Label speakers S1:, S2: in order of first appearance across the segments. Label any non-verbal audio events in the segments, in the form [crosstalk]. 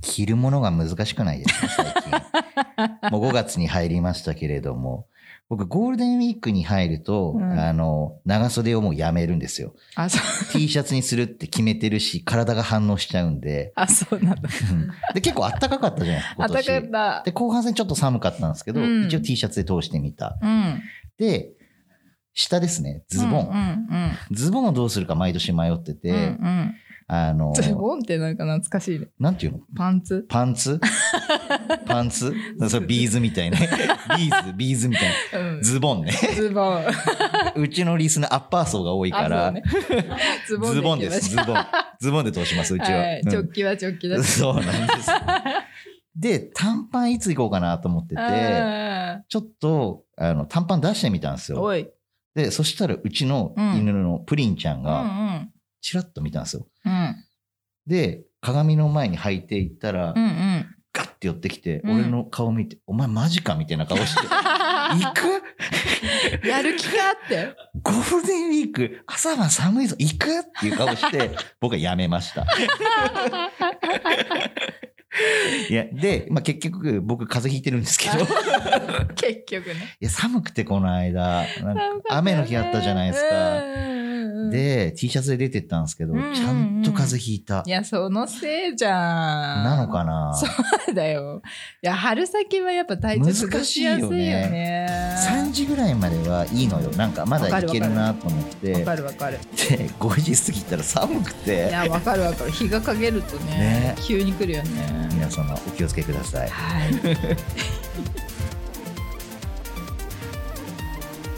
S1: 着るものが難しくないですか最
S2: [laughs]
S1: 近。もう5月に入りましたけれども。僕、ゴールデンウィークに入ると、
S2: うん
S1: あの、長袖をもうやめるんですよ。
S2: あ、そう、 [laughs]
S1: T シャツにするって決めてるし、体が反応しちゃうん
S2: [laughs]
S1: で。
S2: あ、そうなんだ。
S1: うんで、結構暖かかったじゃないですか、今
S2: 暖
S1: 年。
S2: かった
S1: で、。後半戦ちょっと寒かったんですけど、
S2: うん
S1: 一応 T シャツで通してみた。
S2: うん。
S1: で、下ですね、ズボン。
S2: うんうん
S1: ズボンをどうするか毎年迷ってて、
S2: うん。うん
S1: あの
S2: うん、、ズボンってなんか懐かしいね。
S1: なんていうの
S2: パンツ
S1: パン
S2: [laughs]
S1: ツパンツそれビーズみたいな。ビーズ、ビーズみたいな。
S2: うん
S1: ズボ
S2: [laughs]
S1: ンね。
S2: ズボン。
S1: うちのリスナーアッパー層が多いか
S2: あ
S1: ら、
S2: そうね [laughs] ズボン
S1: ズボンで
S2: いき
S1: す。
S2: まし
S1: ズボン。ズボンで通します、う
S2: た
S1: ちは。
S2: はい、
S1: うん
S2: 直帰は直帰だし。
S1: そうなん [laughs] です。で、短パンいつ行こうかなと思ってて、
S2: あ
S1: ちょっと、あの、短パン出してみたんです
S2: ー
S1: よ。
S2: おい。
S1: で、そしたらうちの犬のプリンちゃん
S2: うんう
S1: が、
S2: ん。
S1: チラッと見たんですよ。
S2: うん
S1: で、鏡の前に履いていったら、
S2: うんうん。
S1: ガッて寄ってきて、
S2: うん
S1: 俺の顔見て、お前マジかみたいな顔して、
S2: [laughs]
S1: 行く
S2: やる気かって。
S1: ゴールデンウィーク、朝晩寒いぞ、行くっていう顔して、
S2: [laughs]
S1: 僕はやめました。いや、で、まあ、結局、僕、風邪ひいてるんですけ [laughs] ど、い
S2: 結局ね。
S1: や、寒くてこの間、なんか雨の日あったじゃないです
S2: う
S1: か。
S2: んうんうん。
S1: で、T シャツで出てったんですけど、
S2: うんうんうん
S1: ちゃんと風邪ひいた
S2: い。や、そのせいじゃん。
S1: なのかな
S2: そうだよ。いや、春先はやっぱ体調崩しやすいよね。
S1: 3時ぐらいまではいいのよなんかまだいけるなと思って
S2: わかるわかる。
S1: で5時過ぎたら寒く
S2: い
S1: て
S2: や、わかるわかる。日が陰るとね
S1: ね、
S2: 急に来るよね。
S1: 皆様お気をつけください
S2: はい。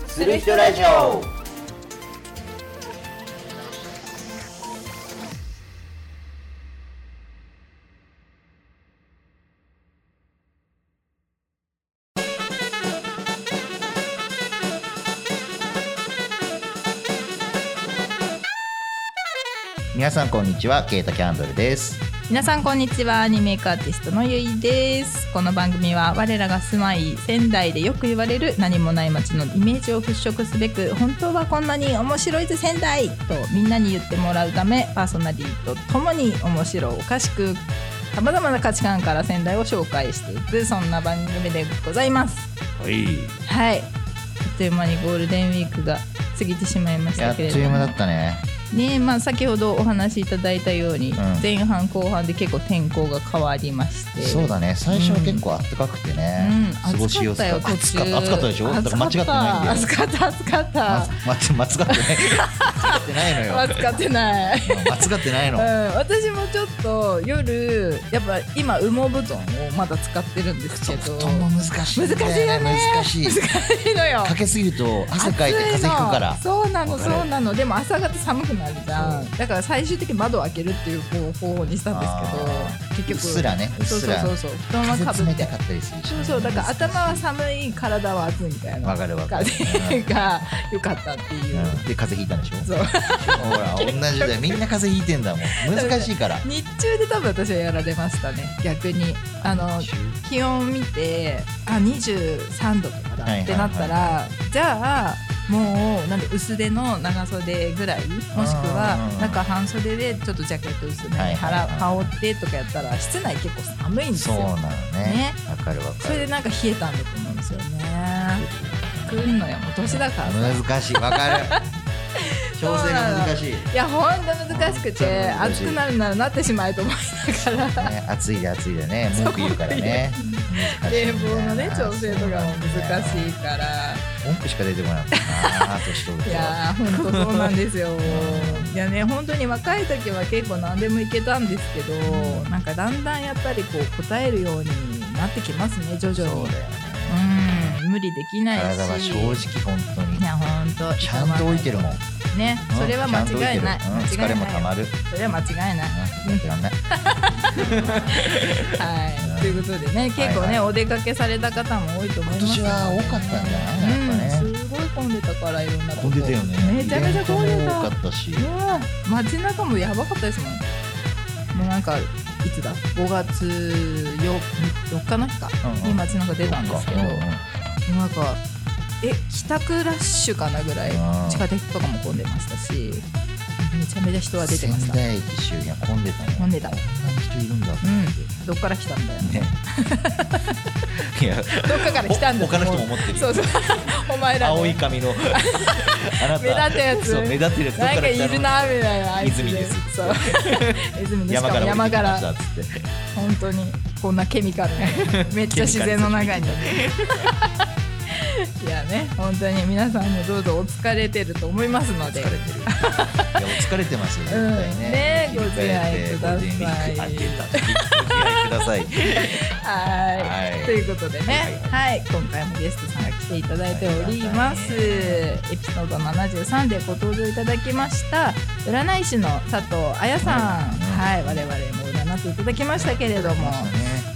S1: する人ラジオ皆さんこんにちはケイタキャンドルです
S2: 皆さんこんにちはアニメーカーアーティストのゆいですこの番組は我らが住まい仙台でよく言われる何もない街のイメージを払拭すべく本当はこんなに面白いぜ仙台とみんなに言ってもらうためパーソナリティとともに面白おかしくさまざまな価値観から仙台を紹介していくそんな番組でございます
S1: はい
S2: はいあっという間にゴールデンウィークが過ぎてしまいまし
S1: や
S2: た
S1: っと
S2: けれど
S1: いう
S2: も
S1: 間だったね
S2: ねまあ、先ほどお話しいただいたように、
S1: ん
S2: 前半後半で結構天候が変わりまして
S1: そうだね最初は結構暖かくてね、
S2: うん、
S1: 過ごし
S2: 暑か
S1: や
S2: っ
S1: す
S2: たよ
S1: かった暑かった暑かった
S2: 途中
S1: でしょだから間違ってないんだよ
S2: 暑かった暑かった
S1: まま間違ってない間違ってないのよ
S2: 暑かってない、
S1: 間違ってない
S2: うん、
S1: の
S2: 私もちょっと夜やっぱ今羽毛布団をまだ使ってるんですけど
S1: 布団も難しいんだよ
S2: 難しいよね
S1: 難しい
S2: 難しいのよ
S1: かけすぎると汗かいて風邪ひくから
S2: 暑いのそうなの
S1: わかる
S2: そうなのでも朝方寒くなるじゃんだから最終的に窓を開けるっていう方法にしたんですけど
S1: うっ
S2: 結局
S1: すらねうっ
S2: そう
S1: す
S2: そう
S1: ら
S2: そうそう布団はか
S1: 風
S2: ぶっ
S1: 冷
S2: て
S1: たかったりするし
S2: そうそうだから頭は寒い体は暑いみたいな
S1: わかるわか
S2: 感
S1: る、
S2: じが良かったっていう
S1: う。んで風邪ひいたんでしょ
S2: そう
S1: ほら同じだよみんな風邪ひいてんだもん難しいから
S2: 日中で多分私はやられましたね逆にあの気温見てあ23度とか
S1: はいはいは
S2: だ
S1: い
S2: ってなったらじゃあもうなんで薄手の長袖ぐらいもしく
S1: うんうん
S2: は
S1: うん
S2: なんか半袖でちょっとジャケット薄めに
S1: はいはいはい
S2: 羽織ってとかやったら室内結構寒いんです
S1: そう
S2: よ
S1: なのね
S2: ね
S1: わかるわ
S2: そ
S1: か
S2: れで
S1: る
S2: なんか冷えたんだと思うんですよね来んのよもう年だからさ
S1: 難しいわ
S2: [laughs]
S1: かる調整が難しい
S2: いやほんと難しく
S1: そう
S2: て
S1: 難
S2: 暑
S1: しい
S2: くなるならなってしまえと思いな
S1: [laughs]
S2: がら
S1: ね、暑いで暑いで
S2: [laughs]
S1: ね文句言うからね
S2: 冷房のね調整とかも難しいから
S1: 文句しか出てこなかったな年取ると
S2: いやーほんとそうなんで
S1: [laughs]
S2: すよいやね本当に若い時は結構何でもいけたんですけどなんかだんだんやっぱりこう答えるようになってきますね徐
S1: そう
S2: 々
S1: だよね
S2: にうん無理できないし
S1: 体は正直本当
S2: い
S1: に
S2: やほんと
S1: ちゃんと置いてるもん
S2: ね
S1: うん
S2: それは間違いない
S1: ちゃんと置いてるうん疲れ
S2: 間違い
S1: も
S2: ない
S1: たまるうん
S2: それは間違いない
S1: やってらんない
S2: は
S1: うん
S2: い、ということでね、
S1: は
S2: 結構ね、
S1: いはい
S2: お出かけされた方も多いと思います、ね。
S1: 今年は多かったんじゃないやっぱね
S2: うん、すごい混んでたから、いろんなとこ。
S1: 混んでたよね
S2: めちゃめちゃ混ん
S1: イベ
S2: で
S1: ントも多
S2: た。
S1: かったし
S2: うん、街中もやばかったですもん。もうなんか、いつだ、5月 4, 4日の日か、
S1: うんうん
S2: に街中出たんですけど、
S1: うん
S2: も
S1: うん
S2: うなんか。え、帰宅ラッシュかなぐらい、
S1: うん
S2: 地下鉄とかも混んでましたし。めちゃめちゃ人は出てまし
S1: 仙
S2: た
S1: 台駅周辺混んでたね
S2: 混んでた
S1: こんなに人いるんだって、
S2: うんどっから来たんだよ [laughs]
S1: ねいや
S2: どっかから来たんだ
S1: ほ他の人も思ってる
S2: そう [laughs] そうお前らね
S1: 青い髪
S2: [laughs]
S1: のあなた
S2: 目立ったやつ
S1: そう目立ってるやつどっ
S2: なん
S1: ら
S2: かい
S1: 来たの
S2: るなみたいなあいつ
S1: 泉です [laughs]
S2: そう泉です
S1: 山
S2: か
S1: か
S2: も
S1: ら
S2: 山か
S1: 降
S2: ら
S1: りてきましたっつって
S2: 本当にこんなケミカ
S1: [laughs]
S2: ルねめっちゃ自然の中に [laughs] いやね本当に皆さんもどうぞお疲れてると思いますので
S1: 疲れてるいやお疲れてますよ絶
S2: うん
S1: 対ね,、
S2: ね
S1: 切り替えて
S2: ご自愛ください
S1: ゴールデンウィーク明けたご自愛ください
S2: はい
S1: はい
S2: ということでねはい、今回もゲストさんが来ていただいております、
S1: はい
S2: エピソード73でご登場いただきました占い師の佐藤彩
S1: う
S2: さん、
S1: ん
S2: はい我々も占っていただきましたけれども、
S1: ね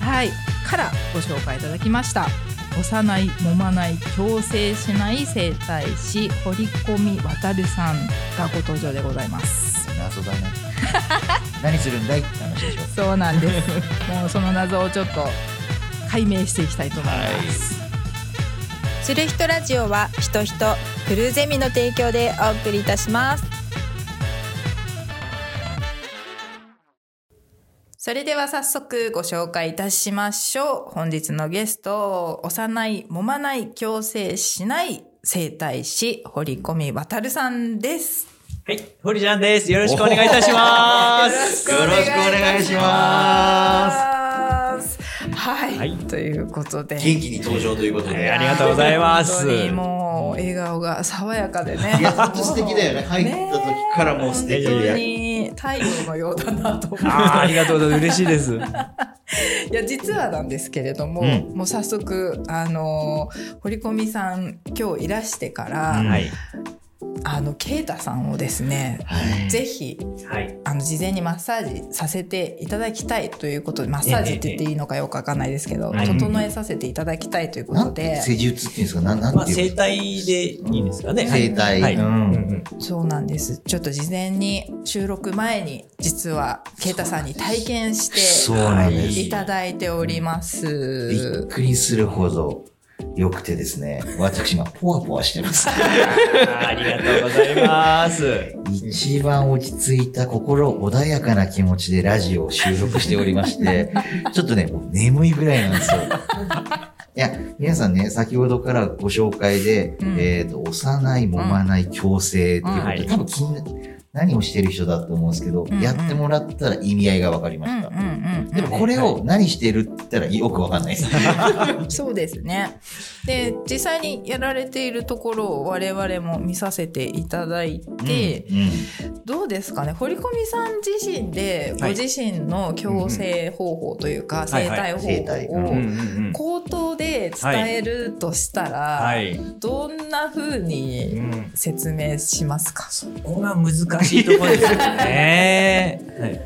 S2: はい、からご紹介いただきました幼い揉まない強制しない整体師堀込渡さんがご登場でございます
S1: 謎だね何するんだいって話でしょ
S2: そうなんですもうその謎をちょっと解明していきたいと思います、
S3: する人ラジオは人人クルーゼミの提供でお送りいたします
S2: それでは早速ご紹介いたしましょう本日のゲスト幼い揉まない強制しない整体師堀込渡さんです
S4: はい、堀ちゃんです。よろしくお願いいたします。
S1: よろしくお願いします
S2: はい、
S4: はい
S2: ということで
S1: 元気に登場ということで、
S4: ありがとうございます
S2: 本当にもう笑顔が爽やかでね。
S1: いや、本当素敵だよね。入った時からもう素敵
S2: 本当
S1: で。
S2: に太陽のようだなと思う。
S4: あーありがとうございます。嬉しいです。
S2: いや実はなんですけれども、
S1: うん
S2: もう早速あの堀込さん今日いらしてから、
S1: うん
S4: はい。
S2: あの啓太さんをですね、ぜひ
S4: はい。
S2: あの事前にマッサージさせていただきたいということでマッサージって言っていいのかよくわかんないですけど、
S4: はい
S2: 整えさせていただきたいというこ
S1: な
S2: と
S1: んて
S2: で、
S1: 施術っていうんですか、なんなん
S4: まあ、
S1: てい
S4: 生
S1: うの。
S4: 体でいいですかね。
S1: 整体
S4: はい。
S1: う
S4: うんんうん
S2: そうなんですちょっと事前に収録前に実は啓太さんに体験
S1: そう
S2: し
S1: なんで
S2: てい
S1: す。
S2: ただいておりま
S1: びっ
S2: す。
S1: くりするほど良くてですね、私今ポワポワしてます。
S4: あーありがとうございます。
S1: 一番落ち着いた心穏やかな気持ちでラジオを収録しておりまして、ちょっとね、もう眠いぐらいなんで
S2: [laughs]
S1: すよ。いや、皆さんね、先ほどからご紹介で、
S2: うん
S1: えっ、と、幼い、揉まない、強制っていうことで、
S4: う
S1: 多
S4: ん
S1: 分気にな何をしてる人だと思うんですけど、
S2: んうん
S1: やってもらったら意味合いが分かりま
S2: うん
S1: し
S2: う
S1: た。
S2: んうん
S1: でもこれを何してるって言ったらよく分かんないです。
S2: そうですね。で実際にやられているところを我々も見させていただいて、
S1: うんうん
S2: どうですかね堀込さん自身でご
S4: はい
S2: 自身の矯正方法というか、整体
S1: 整体
S2: 方
S1: う
S2: 法
S1: ん
S2: を
S4: ん
S2: 口頭で伝えるとしたら、
S4: はい。
S2: どんな風
S4: う
S2: に
S4: ん。
S2: 説明しますか、
S4: ここが難しいところですよ [laughs] ね。はい。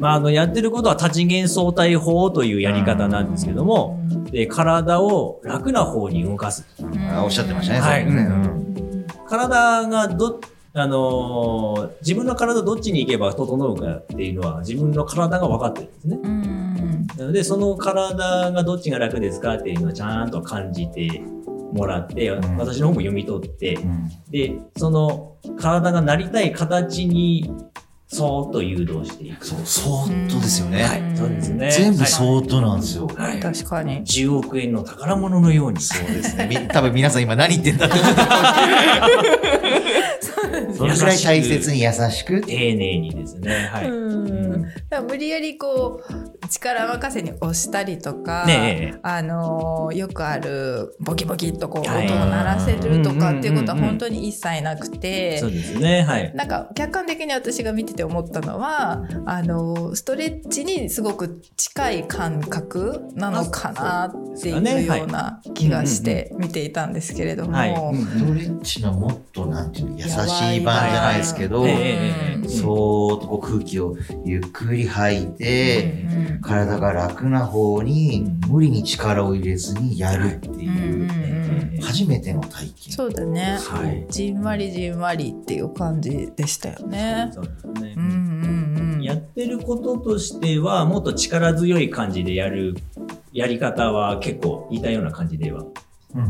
S4: まあ、あの、やってることは多次元相対法というやり方なんですけども、で体を楽な方に動かす。
S1: あおっしゃってましたね、
S4: はい
S1: それもね
S4: うん
S1: うん
S4: 体がど、あのー自分の体どっちに行けば整うかっていうのは自分の体が分かってるんですね。
S2: うん
S4: なので、その体がどっちが楽ですかっていうのはちゃんと感じてもらって、
S1: ん
S4: 私の方も読み取って、
S1: うん
S4: で、その体がなりたい形に、そーっと誘導していく。
S1: そう、そーっとですよね。
S4: はい、そうですね。
S1: 全部
S4: う。
S1: そーっとなんですよ。
S4: はい。はい
S2: 確かに
S4: 10億円の宝物のように。
S1: そうです [laughs] ね。み多分皆さん今何言ってんだって思ってそのくらい大切に優しく。
S4: 丁寧にですね。はい。
S2: うん
S4: うん
S2: だから無理やりこう力任せに押したりとか、
S4: ねえ
S2: あのーよくあるボキボキっとこう音を
S4: はい
S2: 鳴らせるとかっていうことは
S4: うんうんうんうん
S2: 本当に一切なくて
S4: そう。ですね。はい。
S2: なんか客観的に私が見てて思ったのはあのーストレッチにすごく近い感覚なのかなって
S4: あそうです
S2: い
S4: か
S2: う
S4: ねはい
S2: ような気がして見ていたんですけれども、
S4: はい。
S1: ストレッチのもっとなんていうの優しい版じゃないですけど、
S4: ええ
S2: やばい
S4: ええ
S1: そーっとこう空気をゆっくり吐いて、
S2: うん
S1: 体が楽な方に無理に力を入れずにやるっていう、
S2: うんうん
S1: 初めての体験。
S2: そうだね、
S4: はい
S2: じんわりじんわりっていう感じでしたよね。
S4: そうですね
S2: う。んうんうん、
S4: やってることとしては、もっと力強い感じでやるやり方は結構似たような感じでは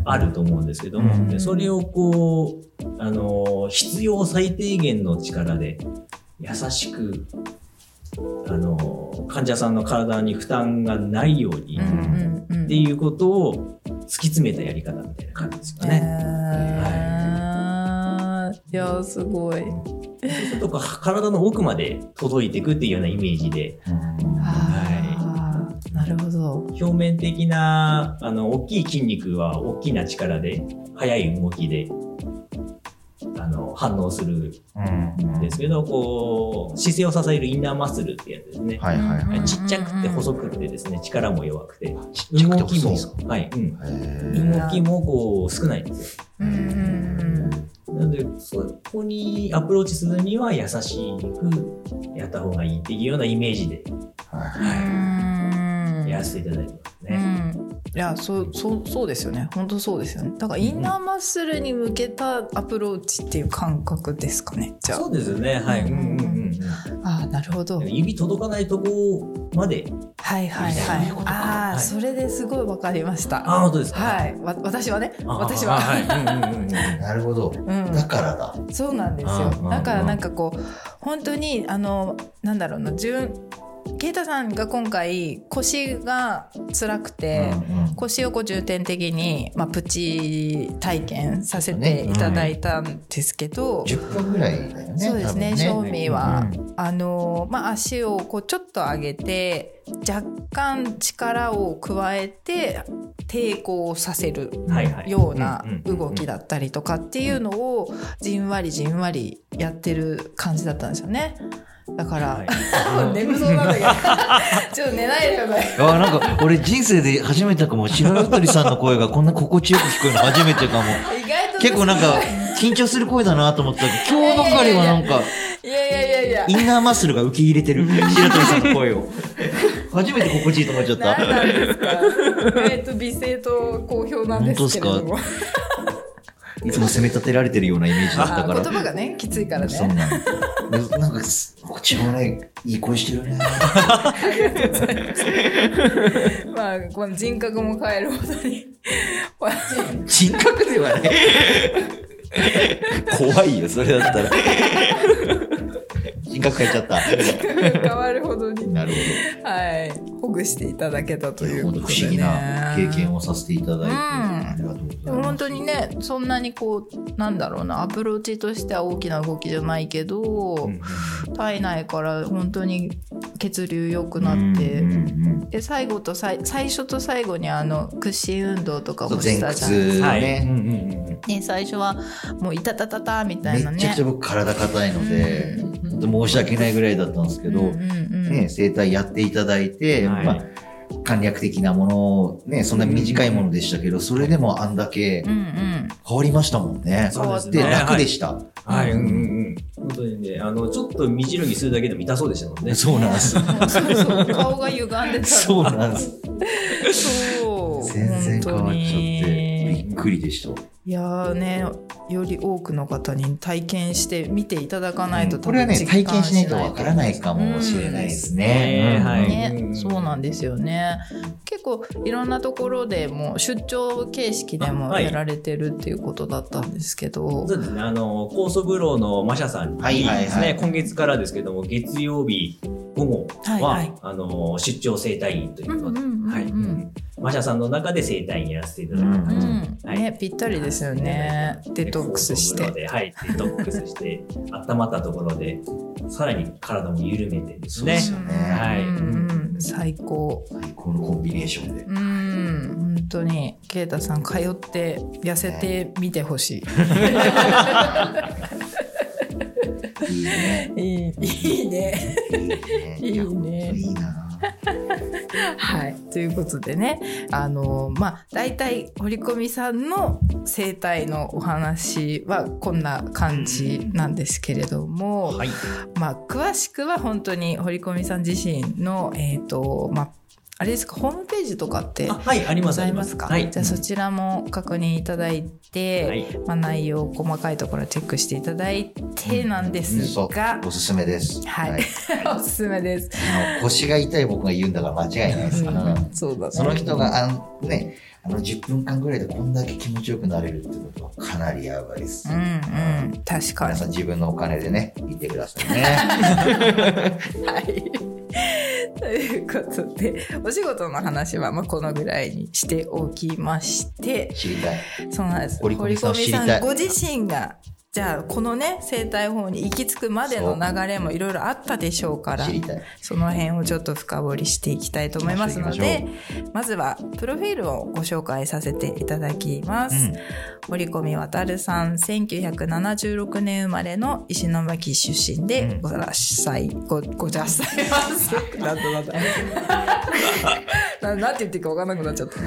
S4: あると思うんですけども、
S1: うん
S4: でそれをこう、あの、必要最低限の力で優しくあの患者さんの体に負担がないように
S1: うん
S2: うんうん
S4: っていうことを突き詰めたやり方みたいな感じですかね。
S2: ね。いやすごい。
S4: そうするとこう体の奥まで届いていくっていうようなイメージで
S2: あーなるほど。
S4: 表面的なあの大きい筋肉は大きな力で速い動きであの反応するん
S1: うん
S4: ですけどこう姿勢を支えるインナーマッスルってやつですね。
S1: はいはいはい。
S4: ちっちゃくて細くてですね力も弱くて動きもはいうん
S1: へ
S4: 動きもこう少ないんですよ。
S2: うんうんうん
S4: なので、そこにアプローチするには優しくやった方がいいっていうようなイメージで
S2: うん
S4: やらせていただいてます
S2: う
S4: ね。
S2: ん、いやそうそうそうですよね本当そうですよねだからインナーマッスルに向けたアプローチっていう感覚ですかねじゃ
S4: そうですよね。はい。
S2: う
S4: うんん
S2: うんうん
S4: うん
S2: ああーなるほど
S4: う
S2: は
S4: ん。
S2: い
S4: 指届かないとこまで。
S2: はいはい
S4: そういうことか
S2: ああ
S4: はい
S2: それですごいわかりました
S4: あ、本当ですか。
S2: はいわ私はね
S4: あ。
S2: 私
S4: あ
S2: は
S4: はい。うんうんうん
S1: えなるほど。
S2: うん
S1: だからだ。
S2: そうなんです
S4: あ
S2: よ
S4: あ
S2: だからなんかこう本当にあのなんだろうな順啓太さんが今回腰が辛くて、
S1: うん
S2: 腰をこう重点的に、まあ、プチ体験させていただいたんですけど、
S1: 10分ぐらいだよね。
S2: そうですね、
S1: 多分
S2: 正味は、
S1: うん
S2: あのまあ、足をこうちょっと上げて若干力を加えて抵抗させる
S4: うんはいはい。
S2: ような
S4: うん
S2: 動き。だったりとかっていうのをじんわりじんわりやってる感じだったんですよね。だから、
S4: は
S2: [laughs]
S4: い
S2: 眠そうなんだけど [laughs] ちょっと寝ないでください。
S1: あなんか俺人生で初めてかも白鳥さんの声がこんな心地よく聞こえるの初めてかも
S2: [laughs] 意外と
S1: 結構なんか緊張する声だなと思ったけど今日ばかりはなんか
S2: いやいやいやいや
S1: インナーマッスルが受け入れてる白鳥さんの声を初めて心地いいと思っちゃっ
S2: 何な
S1: た
S2: んですか。 [laughs] えっと美声と好評なんですけれども、
S1: いつも責め立てられてるようなイメージだった
S2: あ
S1: から
S2: 言葉がねきついから
S1: そん
S2: ね。
S1: なんでなんかす心地もないいい声してるね
S2: まあこの人格も変えるほどに。
S1: 人格ではね怖いよそれだったら [laughs] 人格変えちゃった
S2: 変わるほどに、
S1: なるほど
S2: はい、ほぐしていただけたというこ
S1: 本
S2: と
S1: 当
S2: で、ね、
S1: 不思議な経験をさせていただいて、ありがとうございます
S2: でも本当にねそんなにこうなんだろうなアプローチとしては大きな動きじゃないけど、
S4: うんうん
S2: 体内から本当に血流良くなって、
S1: うんうんうん
S2: で最後と最最初と最後にあの屈伸運動とか
S1: そう
S2: もし
S1: 前
S2: たじゃん
S1: 屈
S4: はい。うん
S1: ね、
S4: うんうんうん
S2: ね、最初はもういたたたたみたいなね。
S1: めちゃくちゃ僕体硬いので、
S2: うん
S1: 本当申し訳ないぐらいだったんですけど、
S2: うんうんうん
S1: ね、整体やっていただいて、
S4: はい
S1: まあ、簡略的なものを、ね、そんな短いものでしたけど、それでもあんだけ
S2: うんうん
S1: 変わりましたもんね。
S4: そうです
S1: で
S4: ね
S1: 楽でした。
S4: はい。うんうんうん。本当にね、あの、ちょっと身じろぎするだけでも痛そうでしたもんね。
S1: そうなんです。
S2: そうそう顔が歪んでたの
S1: そうなんです。
S2: そう
S1: 全然変わっちゃって、びっ
S2: 本当に
S1: くりでした。
S2: いやーねより多くの方に体験して見ていただかないと
S1: これはね、
S2: 多分
S1: 体
S2: 実感
S1: 験しないとわからないかもしれないですね。
S4: うん
S1: うん
S2: ね、
S4: うん
S2: そうなんですよね結構いろんなところでも出張形式で
S4: あ
S2: も
S4: はい
S2: やられてるっていうことだったんですけど、
S4: そうですね、あの高速風呂のマシャさんに
S1: はいはいはい
S4: ですね、今月からですけども、月曜日午後
S2: はい
S4: は、
S2: はい
S4: あの出張整体院といううんこ
S2: う
S4: と
S2: んうんう
S4: で、
S2: ん
S4: はい、マシャさんの中で整体院やらせていただく感
S2: う
S4: じ。
S2: ん
S4: はい
S2: ねぴったりですよね、デトックスし
S4: 高
S2: て
S4: 速風呂ではい、デトックスして、温まったところで、さらに体も緩めてです
S1: そう
S4: ね
S1: で。すよね
S4: はい
S2: うんうん最高
S1: 最高のコンビネーションで。
S2: うん本当に啓太さん通って痩せてみてほしい、
S1: [laughs] いいね。
S4: [laughs]
S2: いいいいね
S1: いいね。
S2: いい
S1: や
S2: ね
S1: ほんといいな。
S2: はいということでねあのまあ大体堀込さんの生態のお話はこんな感じなんですけれども、
S4: はい、
S2: まあ、詳しくは本当に堀込さん自身の、えーとまあ、あれですかホームページとかって
S4: あはい、あり
S2: ご
S4: ます。
S2: ざいますか、
S4: はい。
S2: じゃあそちらも確認いただいて、
S4: はい
S2: まあ、内容細かいところチェックしていただいてなんです
S1: そう
S2: が、
S1: おすすめです。
S2: はい [laughs] おすすめです。
S1: あの腰が痛い僕が言うんだから間違いないです。うん
S2: そうだね
S1: その人があのねあの10分間ぐらいでこんだけ気持ちよくなれるってことはかなりやばいです。
S2: うんうん確か
S1: 皆
S2: に
S1: さん自分のお金でね行ってくださいね。
S2: はい。ということでお仕事の話はまあこのぐらいにしておきまして
S1: 知りたい。
S2: そうなんです
S1: 堀込さんを知りたい
S2: 堀込ご自身がじゃあこのね生態法に行き着くまでの流れもいろいろあったでしょうから
S1: 知りたい。
S2: その辺をちょっと深掘りしていきたいと思いますので
S1: 行き
S2: まずはプロフィールをご紹介させていただきま
S1: う
S2: す。堀込渉さん1976年生まれの石巻出身で
S1: うん
S2: ござっさいごごじゃっさいますなんだなんだななんて言っていいか分からなくなっちゃった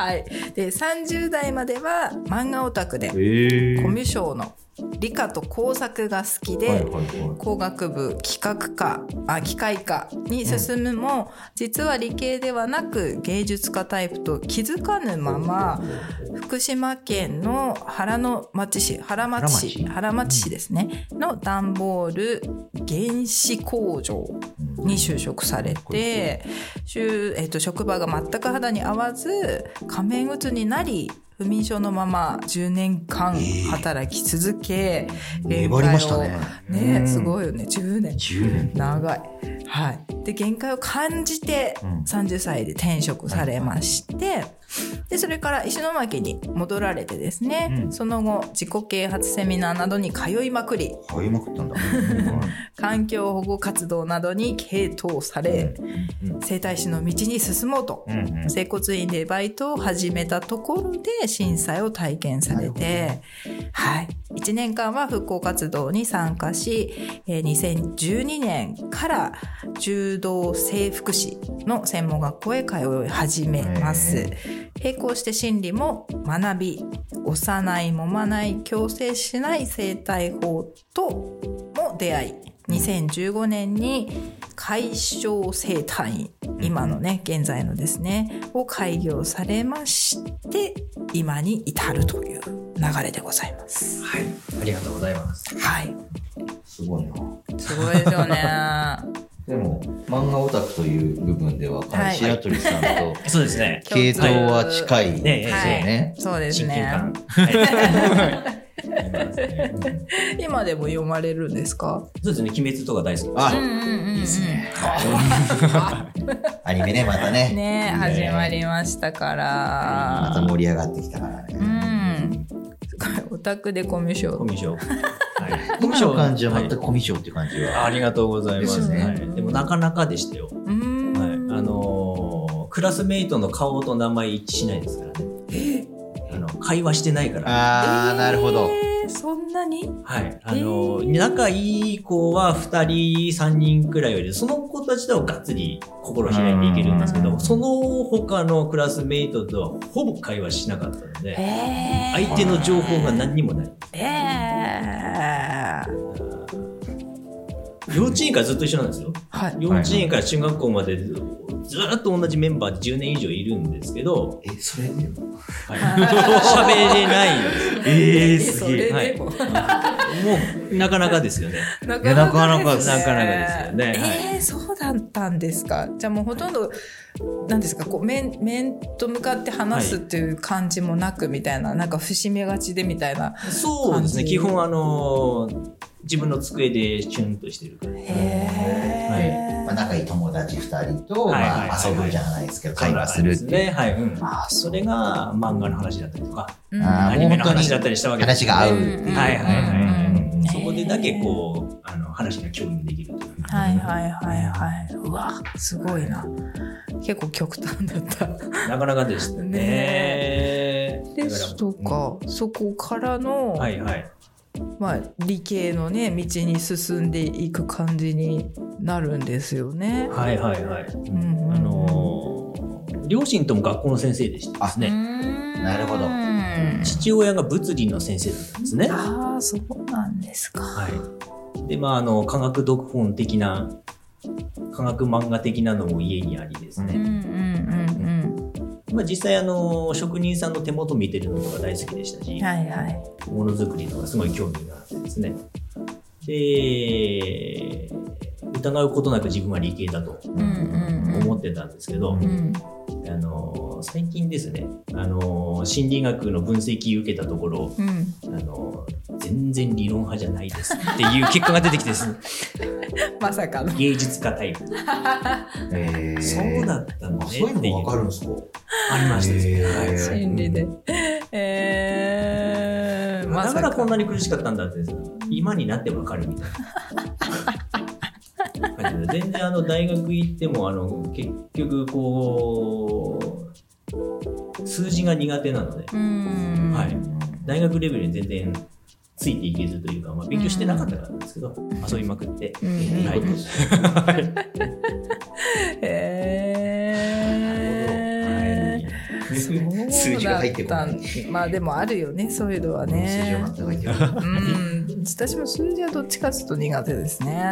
S2: はいで30代までは漫画オタクでコミ
S1: え
S2: ュ障の理科と工作が好きで、
S1: はいはいは
S2: 工学部企画科あ機械科に進むも、実は理系ではなく芸術家タイプと気づかぬまま福島県の原の町市原町市原町
S1: 原町
S2: 市ですね、の段ボール原子工場に就職されて、就えっと職場が全く肌に合わず仮面うつになり不眠症のまま10年間働き続け、
S1: い。粘りましたね。
S2: ね
S1: うん
S2: すごいよね10年
S1: 10年。
S2: 長いはいで限界を感じて
S1: うん
S2: 30歳で転職されまして、でそれから石巻に戻られてですね、
S1: うん
S2: その後自己啓発セミナーなどに通いまくり
S1: 買いまくったんだ。
S2: 環境保護活動などに傾倒され、
S1: うん
S2: 整体師の道に進もうと
S1: うんうん
S2: 整骨院でバイトを始めたところで震災を体験されて、はい、1年間は復興活動に参加しえー2012年から柔道整復師の専門学校へ通い始めます
S1: へ
S2: 並行して心理も学び幼い揉まない強制しない生態法とも出会い2015年に解消生態院今のね現在のですねを開業されまして今に至るという流れでございます。
S4: はい。ありがとうございます。
S2: はい、
S1: すごいな。
S2: すごいですよね。
S1: でも漫画オタクという部分ではかなり白鳥さんと
S4: そうですね。
S1: 系統は近いですよね。
S2: [laughs] そうです
S4: 親近
S2: ね
S4: 感。。はい
S2: 今でも読まれるんですか。
S4: そうですね。鬼滅とか大好きです。
S1: あ、
S2: うんうんうん。ですね。
S1: アニメねまたね。
S2: ねえ、始まりましたか
S1: また
S2: ら。
S1: 盛り上がってきたから
S2: う
S1: ね。
S2: ん。すごいオタクでコミュ
S4: コ
S2: 障。
S4: ミュ障。 [laughs] はい。
S1: コミュ障感じは全
S4: い
S1: くコミュ障っていう感じは。
S4: ありがとうございます。
S1: ですね
S4: はいでもなかなかでしたよ。
S2: う
S4: はい。あ
S2: ん。
S4: のークラスメイトの顔と名前一致しないですからね。あの会話してないから。
S1: あー、なるほど。
S2: えー。そんなに。
S4: はい。あのー仲いい子は2人、3人くらいより、その子たちとはがっつり心を開いていけるんですけ
S2: う
S4: ど、
S2: ん
S4: その他のクラスメイトとはほぼ会話しなかったので、
S2: えー
S4: 相手の情報が何にもない。
S2: えー
S4: 幼稚園からずっと一緒なんですよ。
S2: はい。
S4: 幼稚園から中学校までずずーっと同じメンバーで10年以上いるんですけど、
S1: え、それでも
S2: [laughs]
S4: はい喋れないんですよ
S1: え
S2: それでも。
S4: もうなかなかですよね。
S2: な
S1: やなかなか
S2: です
S4: なかなかですよねはい
S2: えー、そうだったんですか。じゃあもうほとんど、なんですか、こう面面と向かって話すっていう感じもなくみたいな、なんか伏し目がちでみたいな。
S4: そうですね、
S2: 感じ
S4: 基本あのー自分の机でチュンとしてるから。
S2: へえ。
S1: まあ仲いい友達2人と、
S4: はい
S1: まあ、
S4: はい
S1: 遊ぶじゃないですけど、会話するっていう。
S4: ね。はい。うん
S2: あ
S4: それが漫画の話だったりとか、
S2: うん
S1: あ
S4: ア
S1: ー
S4: ニ
S1: もう
S4: メ
S1: 本
S4: の
S1: 当に
S4: 話だったりしたわけです
S1: 話
S4: よね
S1: が合うっていう。
S4: はいはいはいは
S2: う
S4: い
S2: ん
S1: うんうん
S4: そこでだけこう、あの話が共有できるというか。
S2: はいはいはいはい。うわ、すごいな。結構極端だった。
S4: なかなかでしたね。
S2: で
S4: だら
S2: すとか、そこからの、
S4: うんはいはい。
S2: まあ、理系のね道に進んでいく感じになるんですよね。
S4: はいはいはい。
S2: んうん
S4: あのー両親とも学校の先生でしたですね。
S1: なるほど
S2: うん
S4: 父親が物理の先生だったんですね。は
S2: ああそうなんですか。
S4: い。で、まあ、あの、科学読本的な科学漫画的なのも家にありです
S5: うんう
S4: ね、
S5: んうん
S4: まあ、実際あの職人さんの手元見てるのとか大好きでしたし、
S2: いはい。
S4: ものづくりとかすごい興味があってですねで疑うことなく自分は理系だと
S5: うんうんうん
S4: 思ってたんですけど、
S1: うん
S5: うん
S4: あの最近ですねあの心理学の分析受けたところ
S2: うん。
S4: あの全然理論派じゃないですっていう結果が出てきてで
S5: [laughs]
S4: すね
S2: まさかの。
S4: 芸術家タイプ
S1: えー
S4: そうだったの
S1: あ
S4: ね
S1: そういう
S4: ってい
S1: の
S4: う
S1: わかるんですか
S4: ありましたですね、
S1: へー
S2: 心理で。えー、ま
S4: だ
S2: さ
S4: からこん
S2: か。
S4: なに苦しかったんだってさ今になってわかるみたいな感じで全然あの大学行ってもあの結局こう数字が苦手なので
S2: うん。
S4: はい大学レベルに全然ついていけずというか、まあ、勉強してなかったからなんですけど遊びまくって、
S2: うん
S1: いい
S4: は
S1: こ
S4: い
S1: とです
S2: えー。
S1: ね数字が入ってこない。
S2: まあでもあるよねそういうのは
S1: 数字が
S2: ね
S1: 全く入ってこない。
S2: うん私も数字はどっちかっていうと苦手ですね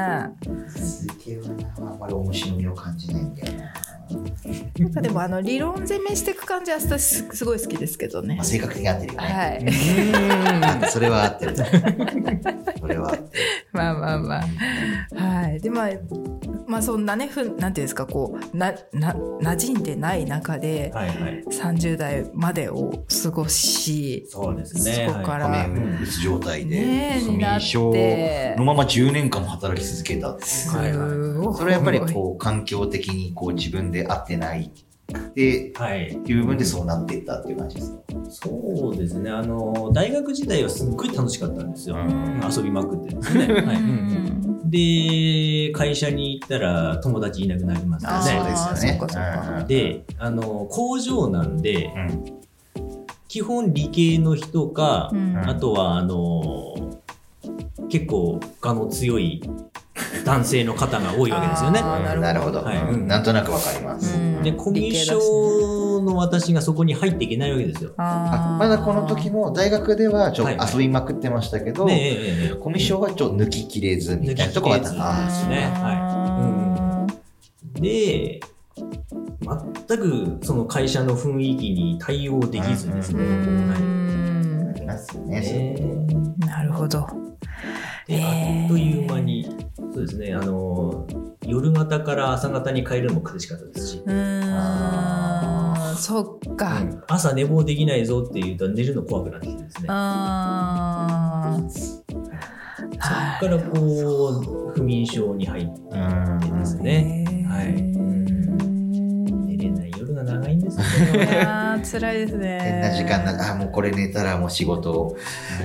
S1: 数字はなあんまり面白みを感じないんだよな。
S2: なんかでもあの理論攻めしていく感じは私すごい好きですけどね
S1: まあ、性格的に合ってるよね。
S2: はい
S1: あそれは合って
S2: [laughs]
S1: る。それは合ってる。
S2: まあまあまあ。はい。で、まあ、まあそんなね、ふんなんていうんですか、こう、な、な、馴染んでない中で、
S4: [laughs] はいはい
S2: 30代までを過ごし、
S4: そうですね
S2: そこから
S1: 仮面打つ状態
S2: ね
S1: で、
S2: え
S1: その
S2: になって
S1: 印象のまま10年間も働き続けたっていう
S2: す
S1: か。
S2: ごい。
S1: それはやっぱりこう環境的にこう自分で合ってないって
S4: はい、はい
S1: いう部分でそうなっていったっていう感じですか。
S4: そうですねあの大学時代はすっごい楽しかったんですよ、
S1: うん
S4: 遊びまくってですね、はい
S2: うん
S4: で会社に行ったら友達いなくなります
S2: あー
S1: そ
S4: よ
S1: う
S4: ね
S1: ですよね
S2: そっかそっか
S1: うん
S4: であの工場なんで
S1: うん
S4: 基本理系の人か、
S2: うん
S4: あとはあの結構我の強い男性の方が多いわけですよね。
S2: あーなるほど
S1: なるほど、
S4: はい
S1: うんなんとなくわかります、
S2: うん
S4: でコミュ障の私がそこに入っていけないわけですよ。
S2: あ
S1: あま
S2: ー
S1: だこの時も大学ではちょっ
S4: はいはい
S1: と遊びまくってましたけど、
S4: ねえええええ
S1: コミュ障はちょっと抜ききれずみたいなとこはあった
S4: 抜ききれず
S1: あ
S4: ですねはで全くその会社の雰囲気に対応できずです
S2: う
S4: ね。
S2: ん
S4: はい
S1: ーありますよね、
S4: え
S2: なるほど。
S4: えであっという間にそうですねあの夜型から朝型に変えるのも苦しかったですし、
S2: うーん。そっか。
S4: 朝寝坊できないぞっていうと寝るの怖くなってきてですね。
S2: あー
S4: そこからこう不眠症に入っていってですね、はい寝れない夜が長いんですけど
S2: いやー辛いですね。
S1: 変な時間なあもうこれ寝たらもう仕事、